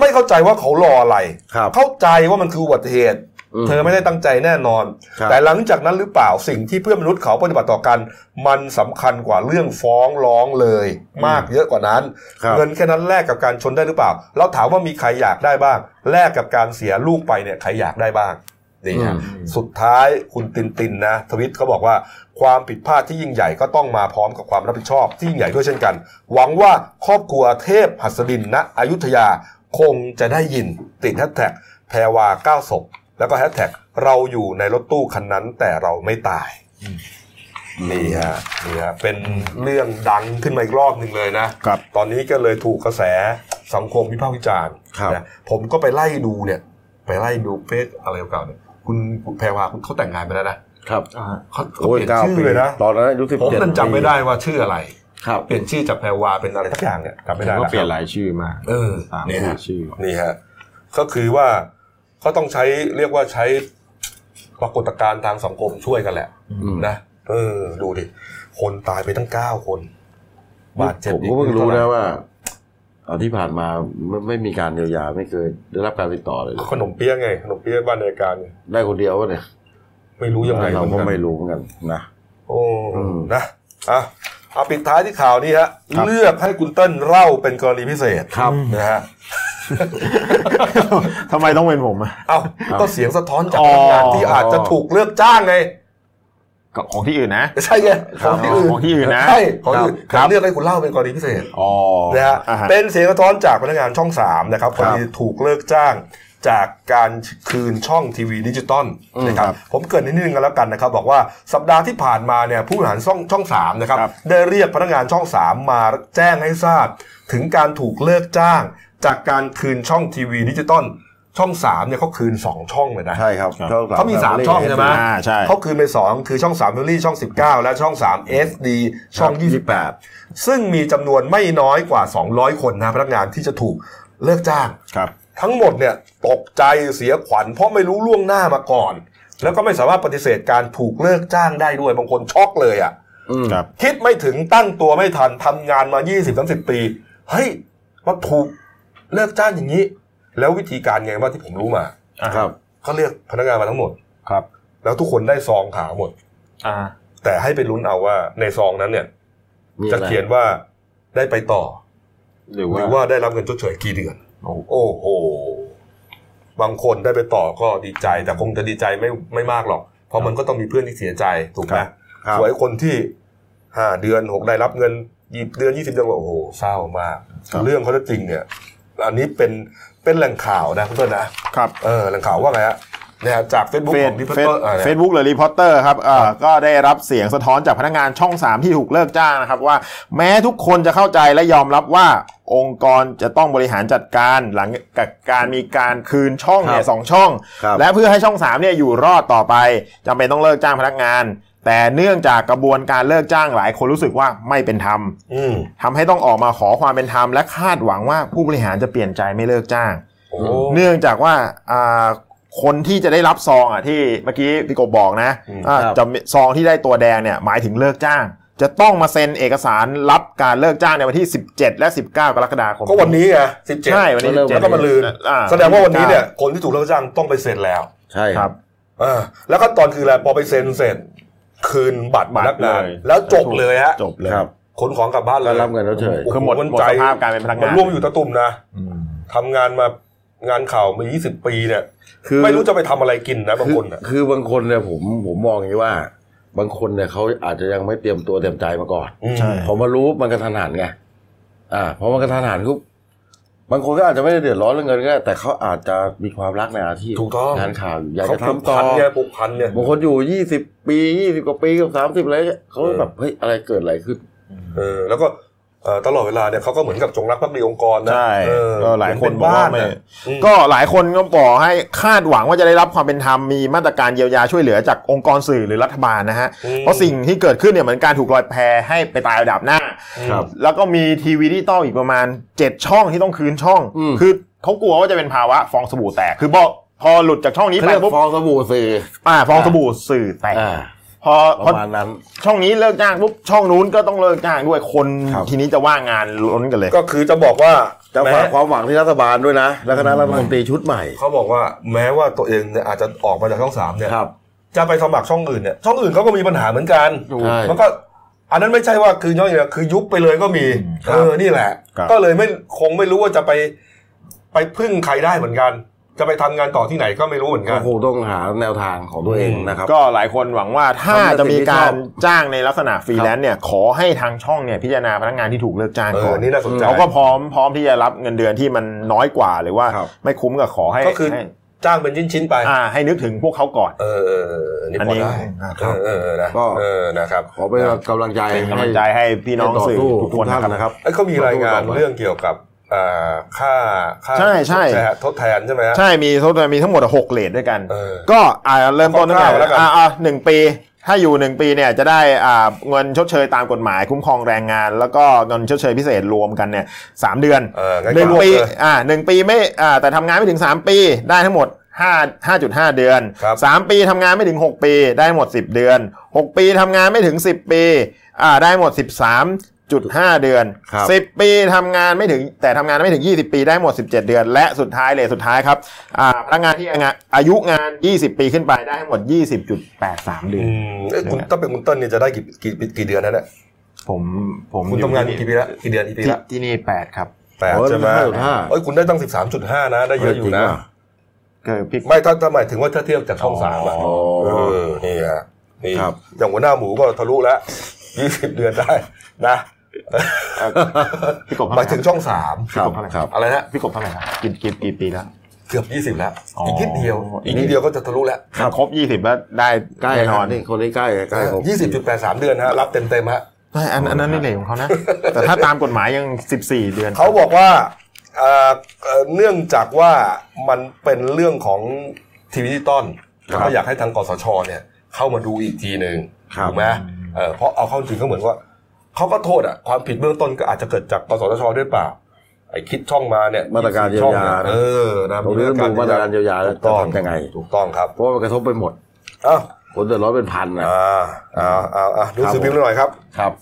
Speaker 1: ไม่เข้าใจว่าเขารออะไร
Speaker 2: ครับ
Speaker 1: เข้าใจว่ามันคืออุบัติเหตุ
Speaker 2: ม
Speaker 1: เธอไม่ได้ตั้งใจแน่นอน
Speaker 2: ครับ
Speaker 1: แต่หลังจากนั้นหรือเปล่าสิ่งที่เพื่อนมนุษย์เขาปฏิบัติต่อกัน มันสำคัญกว่าเรื่องฟ้องร้องเลย มากเยอะกว่านั้น
Speaker 2: ครับ
Speaker 1: เงินแค่นั้นแลกกับการชนได้หรือเปล่า แล้วถามว่ามีใครอยากได้บ้าง แลกกับการเสียลูกไปเนี่ยใครอยากได้บ้างนี่ฮะ
Speaker 2: อืม
Speaker 1: สุดท้ายคุณตินตินนะ ทวิตเขาบอกว่าความผิดพลาดที่ยิ่งใหญ่ก็ต้องมาพร้อมกับความรับผิดชอบที่ยิ่งใหญ่ด้วยเช่นกัน หวังว่าครอบครัวเทพหัสดินณอยุธยาคงจะได้ยินติดแฮชแท็กแพรวาเก้าศพแล้วก็แฮชแท็กเราอยู่ในรถตู้คันนั้นแต่เราไม่ตายนี่ฮะนี่ฮะเป็นเรื่องดังขึ้นมาอีกรอบหนึ่งเลยนะ
Speaker 2: ครับ
Speaker 1: ตอนนี้ก็เลยถูกกระแสสังคมวิพากษ์วิจารณ์
Speaker 2: ครับ
Speaker 1: นะผมก็ไปไล่ดูเนี่ย ไปไล่ดูเฟซอะไรเก่าๆเนี่ยคุณคุณแพรวาคุณเขาแต่งงานไปแล้วนะครับ เขาเขา
Speaker 2: โอ้ย
Speaker 1: เปลี่ยน
Speaker 2: เก้า
Speaker 1: ชื่อ
Speaker 2: ปี
Speaker 1: เลยนะ
Speaker 2: ตอนนั้นอายุสิบ
Speaker 1: ผม
Speaker 2: เจ็ด
Speaker 1: นั่นจำไม่ได้ว่าชื่ออะไร
Speaker 2: ครับ
Speaker 1: เปลี่ยนชื่อจากแพรวาเป็นอะไรสักอย่างเนี่ยจำไม่ได้
Speaker 6: ก็เปลี่ย
Speaker 1: แล้
Speaker 6: น
Speaker 1: ว
Speaker 6: หลายชื่อมาก
Speaker 1: เออ
Speaker 6: สาม
Speaker 1: เนี่ย
Speaker 6: สี่
Speaker 1: ฮะ
Speaker 6: ชื่อ
Speaker 1: นี่ฮะก็คือว่าเขาต้องใช้เรียกว่าใช้ปรากฏการณ์ทางสังคมช่วยกันแหละ
Speaker 2: อืม
Speaker 1: นะเออ ดูดิคนตายไปตั้งเก้าคน บาดเจ็บ
Speaker 2: ผม
Speaker 1: อี
Speaker 2: ก็เพิ่ง
Speaker 1: ไม่
Speaker 2: รู้
Speaker 1: ท่าไห
Speaker 2: นะว่าเอาที่ผ่านมาไม่ไม่มีการเยียวยาไม่เคยได้รับการติดต่อเลยเลย
Speaker 1: ขนมเปี๊ยะไงขนมเปี๊ยะบ้านในายการไง
Speaker 2: ได้คนเดียววะเนี่ย
Speaker 1: ไม่รู้ยังไง
Speaker 2: เรา
Speaker 1: ห
Speaker 2: ก็
Speaker 1: อนน
Speaker 2: ไม่รู้เหมือนกันนะ
Speaker 1: โอ้
Speaker 2: อืม
Speaker 1: นะอ่ะเอาปิดท้ายที่ข่าวนี้ฮะ เลือกให้คุณเติ้ลเล่าเป็นกรณีพิเศษ
Speaker 6: ครับ
Speaker 1: นะฮะ
Speaker 6: ทำไมต้องเป็นผมอะ
Speaker 1: เอ้า
Speaker 6: ครับ
Speaker 1: ก็เสียงสะท้อนจากพนักงานที่อาจจะถูกเลิกจ้างไง
Speaker 6: ก็ของที่อื่นนะ
Speaker 1: ใช่ไงของที่อื่น
Speaker 6: ของที่อื่นนะ
Speaker 1: ใช่ของที่อื่น
Speaker 6: ครั
Speaker 1: ผ
Speaker 6: บ
Speaker 1: มเลือกให้คุณเล่าเป็นกรณีพิเศษ
Speaker 6: อ๋อ
Speaker 1: นะฮะ
Speaker 6: อ่าฮะ
Speaker 1: เป็นเสียงสะท้อนจากพนักงานช่อง3นะครับกรณีถูกเลิกจ้างจากการคืนช่องทีวีดิจิตอล
Speaker 2: อืม
Speaker 1: นะครับ
Speaker 2: ครับ
Speaker 1: ผมเกริดนิดนึงกันแล้วกันนะครับ บอกว่าสัปดาห์ที่ผ่านมาเนี่ยผู้บริหารช่องช่อง3นะครับ
Speaker 6: ครับ
Speaker 1: ได้เรียกพนักงานช่อง 3 มาแจ้งให้ทราบ ถึงการถูกเลิกจ้าง จากการคืนช่องทีวีดิจิตอลช่อง3เนี่ยเขาคืน 2 ช่องเลยนะ
Speaker 2: ใช่ครับ
Speaker 6: ครับ
Speaker 2: ช่อง
Speaker 1: เขามีสามช่องใช่ไหม
Speaker 6: อ่าใช่
Speaker 1: เขาคืนไป 2 คือช่อง3ามเฟรี่ช่อง 19 และช่อง 3 SD ช่อง 28 ซึ่งมีจำนวนไม่น้อยกว่า 200 คนนะพนักงานที่จะถูกเลิกจ้าง
Speaker 6: ครับ
Speaker 1: ทั้งหมดเนี่ยตกใจเสียขวัญเพราะไม่รู้ล่วงหน้ามาก่อน แล้วก็ไม่สามารถปฏิเสธการถูกเลิกจ้างได้ด้วยบางคนช็อกเลยอะ่ะ
Speaker 2: อืม
Speaker 6: ครับ
Speaker 1: คิดไม่ถึงตั้งตัวไม่ทันทำงานมา 20-30 ปี เฮ้ยมาถูกเลิกจ้างอย่างนี้ แล้ววิธีการไงว่างที่ผมรู้มา
Speaker 2: ครับ
Speaker 1: ก็เรียกพนักงานมาทั้งหมด
Speaker 6: ครับ
Speaker 1: แล้วทุกคนได้ซองขาวหมด
Speaker 6: อ่า
Speaker 1: แต่ให้ไปลุ้นเอาว่าในซองนั้นเนี่ย
Speaker 2: มีอไร
Speaker 1: จะเขียนว่าได้ไปต่อ
Speaker 6: หรือ
Speaker 1: ห
Speaker 6: ว่า
Speaker 1: รือว่าได้รับเงินชดเฉยกี่เดือน
Speaker 6: โอ้
Speaker 1: โอ้โห บางคนได้ไปต่อก็ดีใจ แต่คงจะดีใจไม่ไม่มากหรอก เพราะมันก็ต้องมีเพื่อนที่เสียใจถูกไหม
Speaker 2: ครับ
Speaker 1: สวยคนที่ห้าเดือนหกได้รับเงินยี่เดือนยี่สิบเดือนโอ้โหเศร้ามาก
Speaker 2: ครับ
Speaker 1: เรื่องเขาจะจริงเนี่ย อันนี้เป็นเป็นแหล่งข่าวนะคุณเพื่อนนะครับ เออแหล่งข่าวว่าไงฮะเนี่ยจากเฟซบุ๊ก
Speaker 6: เฟ
Speaker 1: ข
Speaker 6: ซ
Speaker 1: องดิพ
Speaker 6: เฟ
Speaker 1: เต
Speaker 6: ซ
Speaker 1: อร์อะไร
Speaker 6: เฟซบุ๊กหรือรีพอร์เตอร์ครับเอ่อก็ได้รับเสียงสะท้อนจากพนักงานช่อง 3 ที่ถูกเลิกจ้างนะครับว่าแม้ทุกคนจะเข้าใจและยอมรับว่าองค์กรจะต้องบริหารจัดการหลังกับการมีการคืนช่องเนี่
Speaker 2: ครั
Speaker 6: ย
Speaker 2: บ
Speaker 6: สองช่อง
Speaker 2: ครับ
Speaker 6: และเพื่อให้ช่อง3เนี่ยอยู่รอดต่อไปจำเป็นต้องเลิกจ้างพนักงาน แต่เนื่องจากกระบวนการเลิกจ้างหลายคนรู้สึกว่าไม่เป็นธรรม
Speaker 1: อืม
Speaker 6: ทำให้ต้องออกมาขอความเป็นธรรมและคาดหวังว่าผู้บริหารจะเปลี่ยนใจไม่เลิกจ้าง
Speaker 1: โอ้
Speaker 6: เนื่องจากว่าอ่าคนที่จะได้รับซองอ่ะที่เมื่อกี้พี่กบบอกนะ
Speaker 1: อืม
Speaker 6: อ่า
Speaker 2: ครับ
Speaker 6: จะมีซองที่ได้ตัวแดงเนี่ยหมายถึงเลิกจ้าง จะต้องมาเซ็นเอกสารรับการเลิกจ้างในวันที่ 17 และ 19 กรกฎาคม
Speaker 1: ก็วันนี้ไงสิบเจ็ด
Speaker 6: ใช่วันนี้
Speaker 2: ก็เริ่ม
Speaker 6: 17
Speaker 1: แล้วก็มาลืน
Speaker 6: อ่
Speaker 1: แสดงว่าวันนี้เนี่ยคนที่ถูกเลิกจ้างต้องไปเซ็นแล้ว
Speaker 2: ใช่
Speaker 6: ครับ
Speaker 1: เออแล้วขั้นตอนคืออะไรพอไปเซ็นเสร็จ คืนบัตร
Speaker 6: บัตร
Speaker 1: พนักงาน
Speaker 6: เลย
Speaker 1: แล้วจบเลยฮะ
Speaker 6: จบเลย
Speaker 2: ครับ
Speaker 1: ขนของกลับบ้านเล
Speaker 2: ก็
Speaker 1: ย
Speaker 2: รับเงินแล้วเฉย
Speaker 1: โโ
Speaker 6: คือหมด
Speaker 1: น
Speaker 6: หมด
Speaker 1: ใจ
Speaker 6: สภาพการเป็นพนัก
Speaker 1: มั
Speaker 6: งาน น
Speaker 1: ร่วมอยู่ตะตุ่มนะ
Speaker 6: อืม
Speaker 1: ทำงานมางานข่าวมา 20 ปีเนี่ย
Speaker 2: คือ
Speaker 1: ไม่รู้จะไปทำอะไรกินนะบาง
Speaker 2: คือ
Speaker 1: คนน่ะ
Speaker 2: คือบางคนเนี่ยผมผมมองอย่างนี้ว่า บางคนเนี่ยเขาอาจจะยังไม่เตรียมตัวเตรียมใจมาก่อน
Speaker 1: อืม
Speaker 6: ใช่
Speaker 2: ผมมารู้มันกระทันหันไง อ่าเพราะมันกระทันหันก็บางคนก็อาจจะไม่ได้เดือดร้อนเรื่องเงินก็ได้แต่เขาอาจจะมีความรักในอาชีพ
Speaker 1: ถูกต้อง
Speaker 2: งานข่าวอยู่อยาก
Speaker 1: เขา
Speaker 2: จะ
Speaker 1: ผูก
Speaker 2: ทำต่อ
Speaker 1: พันเนี่ยผูกพันเนี่ย
Speaker 2: บางคนอยู่ยี่สิบปียี่สิบกว่าปีกับสามสิบอะไรเงี้ยเขา
Speaker 1: เออ
Speaker 2: แบบเฮ้ยอะไรเกิดอะไรขึ้น
Speaker 1: เออแล้วก็เอ่อตลอดเวลาเนี่ยเขาก็เหมือนกับจงรักภักดีองค์กรนะ
Speaker 6: ใช่
Speaker 1: เออ
Speaker 6: ก็หลายคน
Speaker 1: เป็
Speaker 6: บอกว่า
Speaker 1: ะ
Speaker 6: ไม่
Speaker 1: อืม
Speaker 6: ก็หลายคนก็บอกให้คาดหวังว่าจะได้รับความเป็นธรรมมีมาตรการเยียวยาช่วยเหลือจากองค์กรสื่อหรือรัฐบาลนะฮะ
Speaker 1: อืม
Speaker 6: เพราะสิ่งที่เกิดขึ้นเนี่ยเหมือนการถูกลอยแพให้ไปตายระดับหน้า
Speaker 1: ครับ
Speaker 6: แล้วก็มีทีวีดิจิตอลอีกประมาณ 7 ช่องที่ต้องคืนช่อง
Speaker 2: อืม
Speaker 6: คือเขากลัวว่าจะเป็นภาวะฟองสบู่แตก คือบอกพอหลุดจากช่องนี้
Speaker 2: เขา
Speaker 6: ไป
Speaker 2: เรียก
Speaker 6: ปุ๊บ
Speaker 2: ฟองสบู่สื่อ
Speaker 6: อ่าฟองสบู่สื่อแตก
Speaker 2: อ่า
Speaker 6: พอพ
Speaker 2: ป
Speaker 6: อ
Speaker 2: ระมาณนั้น
Speaker 6: ช่องนี้เลิกจ้างปุ๊บช่องนู้นก็ต้องเลิกจ้างด้วยคน
Speaker 2: ครับ
Speaker 6: ทีนี้จะว่างงานล้นกันเลย
Speaker 1: ก็คือจะบอกว่า
Speaker 2: จะฝากค
Speaker 1: แม้
Speaker 2: วามหวังที่รัฐบาลด้วยนะและคณะรัฐมนตรีชุดใหม่
Speaker 1: เขาบอกว่าแม้ว่าตัวเองเนี่ยอาจจะออกมาจากช่องสามเนี่ย
Speaker 2: ครับ
Speaker 1: จะไปสมัครช่องอื่นเนี่ยช่องอื่นเขาก็มีปัญหาเหมือนกัน
Speaker 2: ใช่
Speaker 1: มันก็ อันนั้นไม่ใช่ว่าคือย่อยเนี่ยคือยุบไปเลยก็มี
Speaker 6: ครับ
Speaker 1: เออนี่แหละ
Speaker 6: ครับ
Speaker 1: ก็เลยไม่คงไม่รู้ว่าจะไป ไปพึ่งใครได้เหมือนกัน จะไปทำงานต่อที่ไหนก็ไม่รู้เหมือนกั
Speaker 2: ก็
Speaker 1: น
Speaker 2: คงต้องหาแนวทางของตัวเอง
Speaker 1: อืม
Speaker 2: นะครับ
Speaker 6: ก็หลายคนหวังว่าถ้า
Speaker 2: ทำใน
Speaker 6: จะมีกา
Speaker 2: สิ่
Speaker 6: รง
Speaker 2: ที่ชอบ
Speaker 6: จ้างในลักษณะฟรีแลนซ์เนี่ยขอให้ทางช่องเนี่ยพิจารณาพนักงานที่ถูกเลิกจ้าง
Speaker 1: เอ
Speaker 6: ก่
Speaker 1: อ
Speaker 6: อน
Speaker 1: นี่น่าสนใจ
Speaker 6: เขาก็พร้อมพร้อมที่จะรับเงินเดือนที่มันน้อยกว่าหรือว่า
Speaker 2: ครับ
Speaker 6: ไม่คุ้มกับขอให้
Speaker 1: ก็คือ
Speaker 6: ให้
Speaker 1: จ้างเป็นชิ้นๆไป
Speaker 6: อ่าให้นึกถึงพวกเขาก่อน
Speaker 1: เออเออเออนี่
Speaker 6: อัน
Speaker 1: พอ
Speaker 6: นี้
Speaker 1: ได้
Speaker 6: ค
Speaker 1: เออ
Speaker 6: รับ
Speaker 1: เออเออนะ
Speaker 2: ก็
Speaker 1: เออนะครับ
Speaker 2: ขอเป็นกำลังใจ
Speaker 6: เป็นกำลังใจให้พี่น้อง
Speaker 2: ต่
Speaker 6: สื่อ
Speaker 2: สู้
Speaker 6: ทุกคน
Speaker 2: ท่าน
Speaker 6: นะ
Speaker 2: นะ
Speaker 6: ค
Speaker 2: ครับ รับ
Speaker 1: ไอ้ยเขามีรายงาน
Speaker 2: มาดูก่อน
Speaker 1: เรื่องเกี่ยวกับอ่าค่าค่า
Speaker 6: ใช่ใช่
Speaker 1: ทดแทนทดแทนใช่ไหมฮะ
Speaker 6: ใช่มีทั้งหมดมีทั้งหมดหกเลทด้วยกัน
Speaker 1: เออ
Speaker 6: ก็อ่าเริ่มต้นตั้งแต่
Speaker 1: คร่าวๆแล้วกัน
Speaker 6: อ่าอ่าหนึ่งปี ถ้าอยู่หนึ่งปีเนี่ยจะได้อ่าเงินชดเชยตามกฎหมายคุ้มครองแรงงาน แล้วก็เงินชดเชยพิเศษรวมกันเนี่ยสามเดือน
Speaker 1: เอองั้น
Speaker 6: หนึ่ง
Speaker 1: ก็รวบ
Speaker 6: ปี
Speaker 1: เลย
Speaker 6: อ่าหนึ่งปีไม่อ่าแต่ทำงานไม่ถึง 3 ปีได้ทั้งหมด5 5.5 เดือน
Speaker 1: ครับ
Speaker 6: 3 ปีทำงานไม่ถึง 6 ปีได้ทั้งหมด 10 เดือน 6 ปีทำงานไม่ถึง 10 ปีอ่าได้หมด 13.5 เดือน
Speaker 2: ครับ
Speaker 6: 10 ปีทำงานไม่ถึงแต่ทำงานไม่ถึง 20 ปีได้หมด 17 เดือน และสุดท้ายเลยสุดท้ายครับอ่าพนักงานที่อายุงาน 20 ปีขึ้นไปได้ทั้งหมด 20.83 เดือ
Speaker 1: อื
Speaker 6: น
Speaker 1: มเอ้ยคุณถ้าเป็นคุณเต้นเนี่ยจะได้กี่กี่กี่เดือนนะเนี่ย
Speaker 6: ผมผม
Speaker 1: คุณ
Speaker 6: อยู่
Speaker 1: ทำงานกี่ปีละกี่เดือนกี่ปี
Speaker 6: ที่
Speaker 1: ละ
Speaker 6: ที่นี่ 8 ครับ
Speaker 1: แปด
Speaker 2: โอ้ย
Speaker 1: ใช่ไหม
Speaker 2: ห้าจุดห้า
Speaker 1: เอ้ยคุณได้ตั้ง 13.5 นะได้เยอะอยู่นะ
Speaker 2: จริงป่ะ
Speaker 6: เกิดพิก
Speaker 1: ไม่ถ้าถ้าหมายถึงว่าถ้าเทียบจากช่องสามอะ
Speaker 2: อ๋อ
Speaker 1: เออนี่ฮะนี่
Speaker 2: ครับ
Speaker 1: อย่างหัวหน้าหมูก็ทะลุแล้ว20 เดือนได้นะ
Speaker 6: พี่กบ
Speaker 1: หมายถึงช่องสาม
Speaker 2: ครับครับ
Speaker 1: อะไรนะ
Speaker 6: พี่กบเท่าไหร่ครับกี่กี่กี่ปีแล้ว
Speaker 1: เกือบ 20 แล้ว
Speaker 6: อ๋ออี
Speaker 1: อีกนิดเดียว อีกนิดเดียวก็จะทะลุแล้ว
Speaker 6: มันครบยี่สิบแล้วได้
Speaker 2: ใกล้
Speaker 6: แน่น
Speaker 2: น
Speaker 6: อ
Speaker 2: อน นนี่คนนี้ใกล้ใกล้ผม
Speaker 1: ยี่สิบจุดแปดสามเดือนฮะรับเต็มเต็มๆฮะ
Speaker 6: ไม่อันอันนั้นไม่เลวของเขานะ แต่ถ้าตามกฎหมายยังสิบสี่เดือน
Speaker 1: เขาบอกว่าเอ่อเอ่อเนื่องจากว่ามันเป็นเรื่องของทีวีดิจิตอล
Speaker 6: ครับ
Speaker 1: ก็อยากให้ทางกสชเนี่ยเข้ามาดูอีกทีหนึ่ง
Speaker 2: ครับ
Speaker 1: ถูกไหมเออเพราะเอาเข้าจริงก็เหมือนว่าเขาก็โทษอ่ะความผิดเบื้องต้นก็อาจจะเกิดจากกสทชด้วยเปล่า ไอ้คิดช่องมาเนี่ย
Speaker 2: มาตรการเยียวยา
Speaker 1: ช่องนี่
Speaker 2: นะ
Speaker 1: เออนะ
Speaker 2: ตรงนี้ต้องดูมาตรการเยียวยาแล้ว
Speaker 1: ถูก
Speaker 2: จะ
Speaker 1: ต้อง
Speaker 2: ทำยังไง
Speaker 1: ถูกต้องครับ
Speaker 2: เพราะว่ามันกระทบไปหมด
Speaker 1: อ้าว
Speaker 2: คนเดือดร้อนเป็นพันนะ
Speaker 1: อ่าอ่าอ่าอ่าดู
Speaker 2: ครับ
Speaker 1: ซื้อพิมพ์หน่อยครับ
Speaker 2: ครับ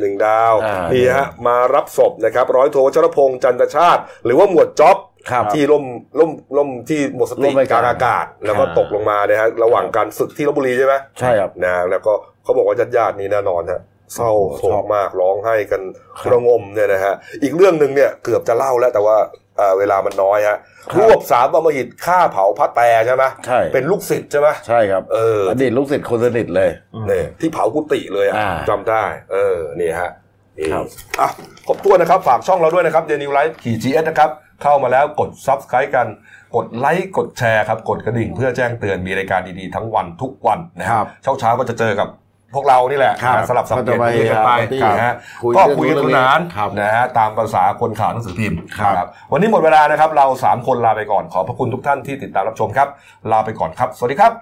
Speaker 1: หนึ่งดาว
Speaker 2: อ่านี่
Speaker 1: นี่ฮะมารับศพนะครับ ร้อยโทวชรพงษ์จันทชาติ หรือว่าหมวดจ๊อบ
Speaker 2: ครับ
Speaker 1: ที่ล่มล่มล่มที่หมดส
Speaker 2: ล่
Speaker 1: ติ
Speaker 2: มไป
Speaker 1: ก
Speaker 2: ก
Speaker 1: ลา
Speaker 2: ลาง ง
Speaker 1: อากาศ แล้วก็
Speaker 2: อ่า
Speaker 1: ตกลงมาเนี่ยฮะระหว่างการศึกที่ลบบุรีใช่ไหม
Speaker 2: ใช่ครับ
Speaker 1: นะแล้วก็เขาบอกว่าญาติญาติๆนี่แน่นอนฮะเศร้าโศ
Speaker 2: ครั
Speaker 1: ก
Speaker 2: บ
Speaker 1: มากร้องไห้กัน
Speaker 2: ครับ
Speaker 1: ระงมเนี่ยนะฮะอีกเรื่องหนึ่งเนี่ยเกือบจะเล่าแล้วแต่ว่าเอ่อเวลามันน้อยฮะรวบสามอมหิตฆ่าเผาพระแตใช่ไหม
Speaker 2: ใช่
Speaker 1: เป็นลูกศิษย์ใช่ไหม
Speaker 2: ใช่ครับ
Speaker 1: เออ
Speaker 2: อดีตลูกศิษย์คนสนิทเลย
Speaker 1: เนี่ยที่เผากุฏิเลยอะ
Speaker 2: อ่า
Speaker 1: จำได้ เออนี่ฮะนี่
Speaker 2: ครับ
Speaker 1: อ่ะครบถ้วนนะครับฝากช่องเราด้วยนะครับเดนิวไลฟ์ขีจีเอสนะครับ เข้ามาแล้วกด subscribe กันกดไลค์กดแชร์ครับกดกระดิ่งเพื่อแจ้งเตือนมีรายการดีๆทั้งวันทุกวันนะฮะ
Speaker 2: ครับ
Speaker 1: เช้าเช้าๆก็จะเจอกับพวกเรานี่แหละ
Speaker 2: ครับ
Speaker 1: นะสลับสับเปลี่ยน
Speaker 2: ก็จะไป
Speaker 1: คุยกันไป
Speaker 2: ปาร์ตี้
Speaker 1: นะฮะ
Speaker 2: คุย
Speaker 1: ก็
Speaker 2: เรื่อง
Speaker 1: คุยกันส
Speaker 2: นู้น
Speaker 1: นาน
Speaker 2: ครับ
Speaker 1: นะฮะตามภาษาคนข่าวหนังสือพิมพ์
Speaker 2: ครับ
Speaker 1: นะครับ วันนี้หมดเวลานะครับ เรา 3 คนลาไปก่อนขอบพระคุณทุกท่านที่ติดตามรับชมครับ ลาไปก่อนครับ สวัสดีครับ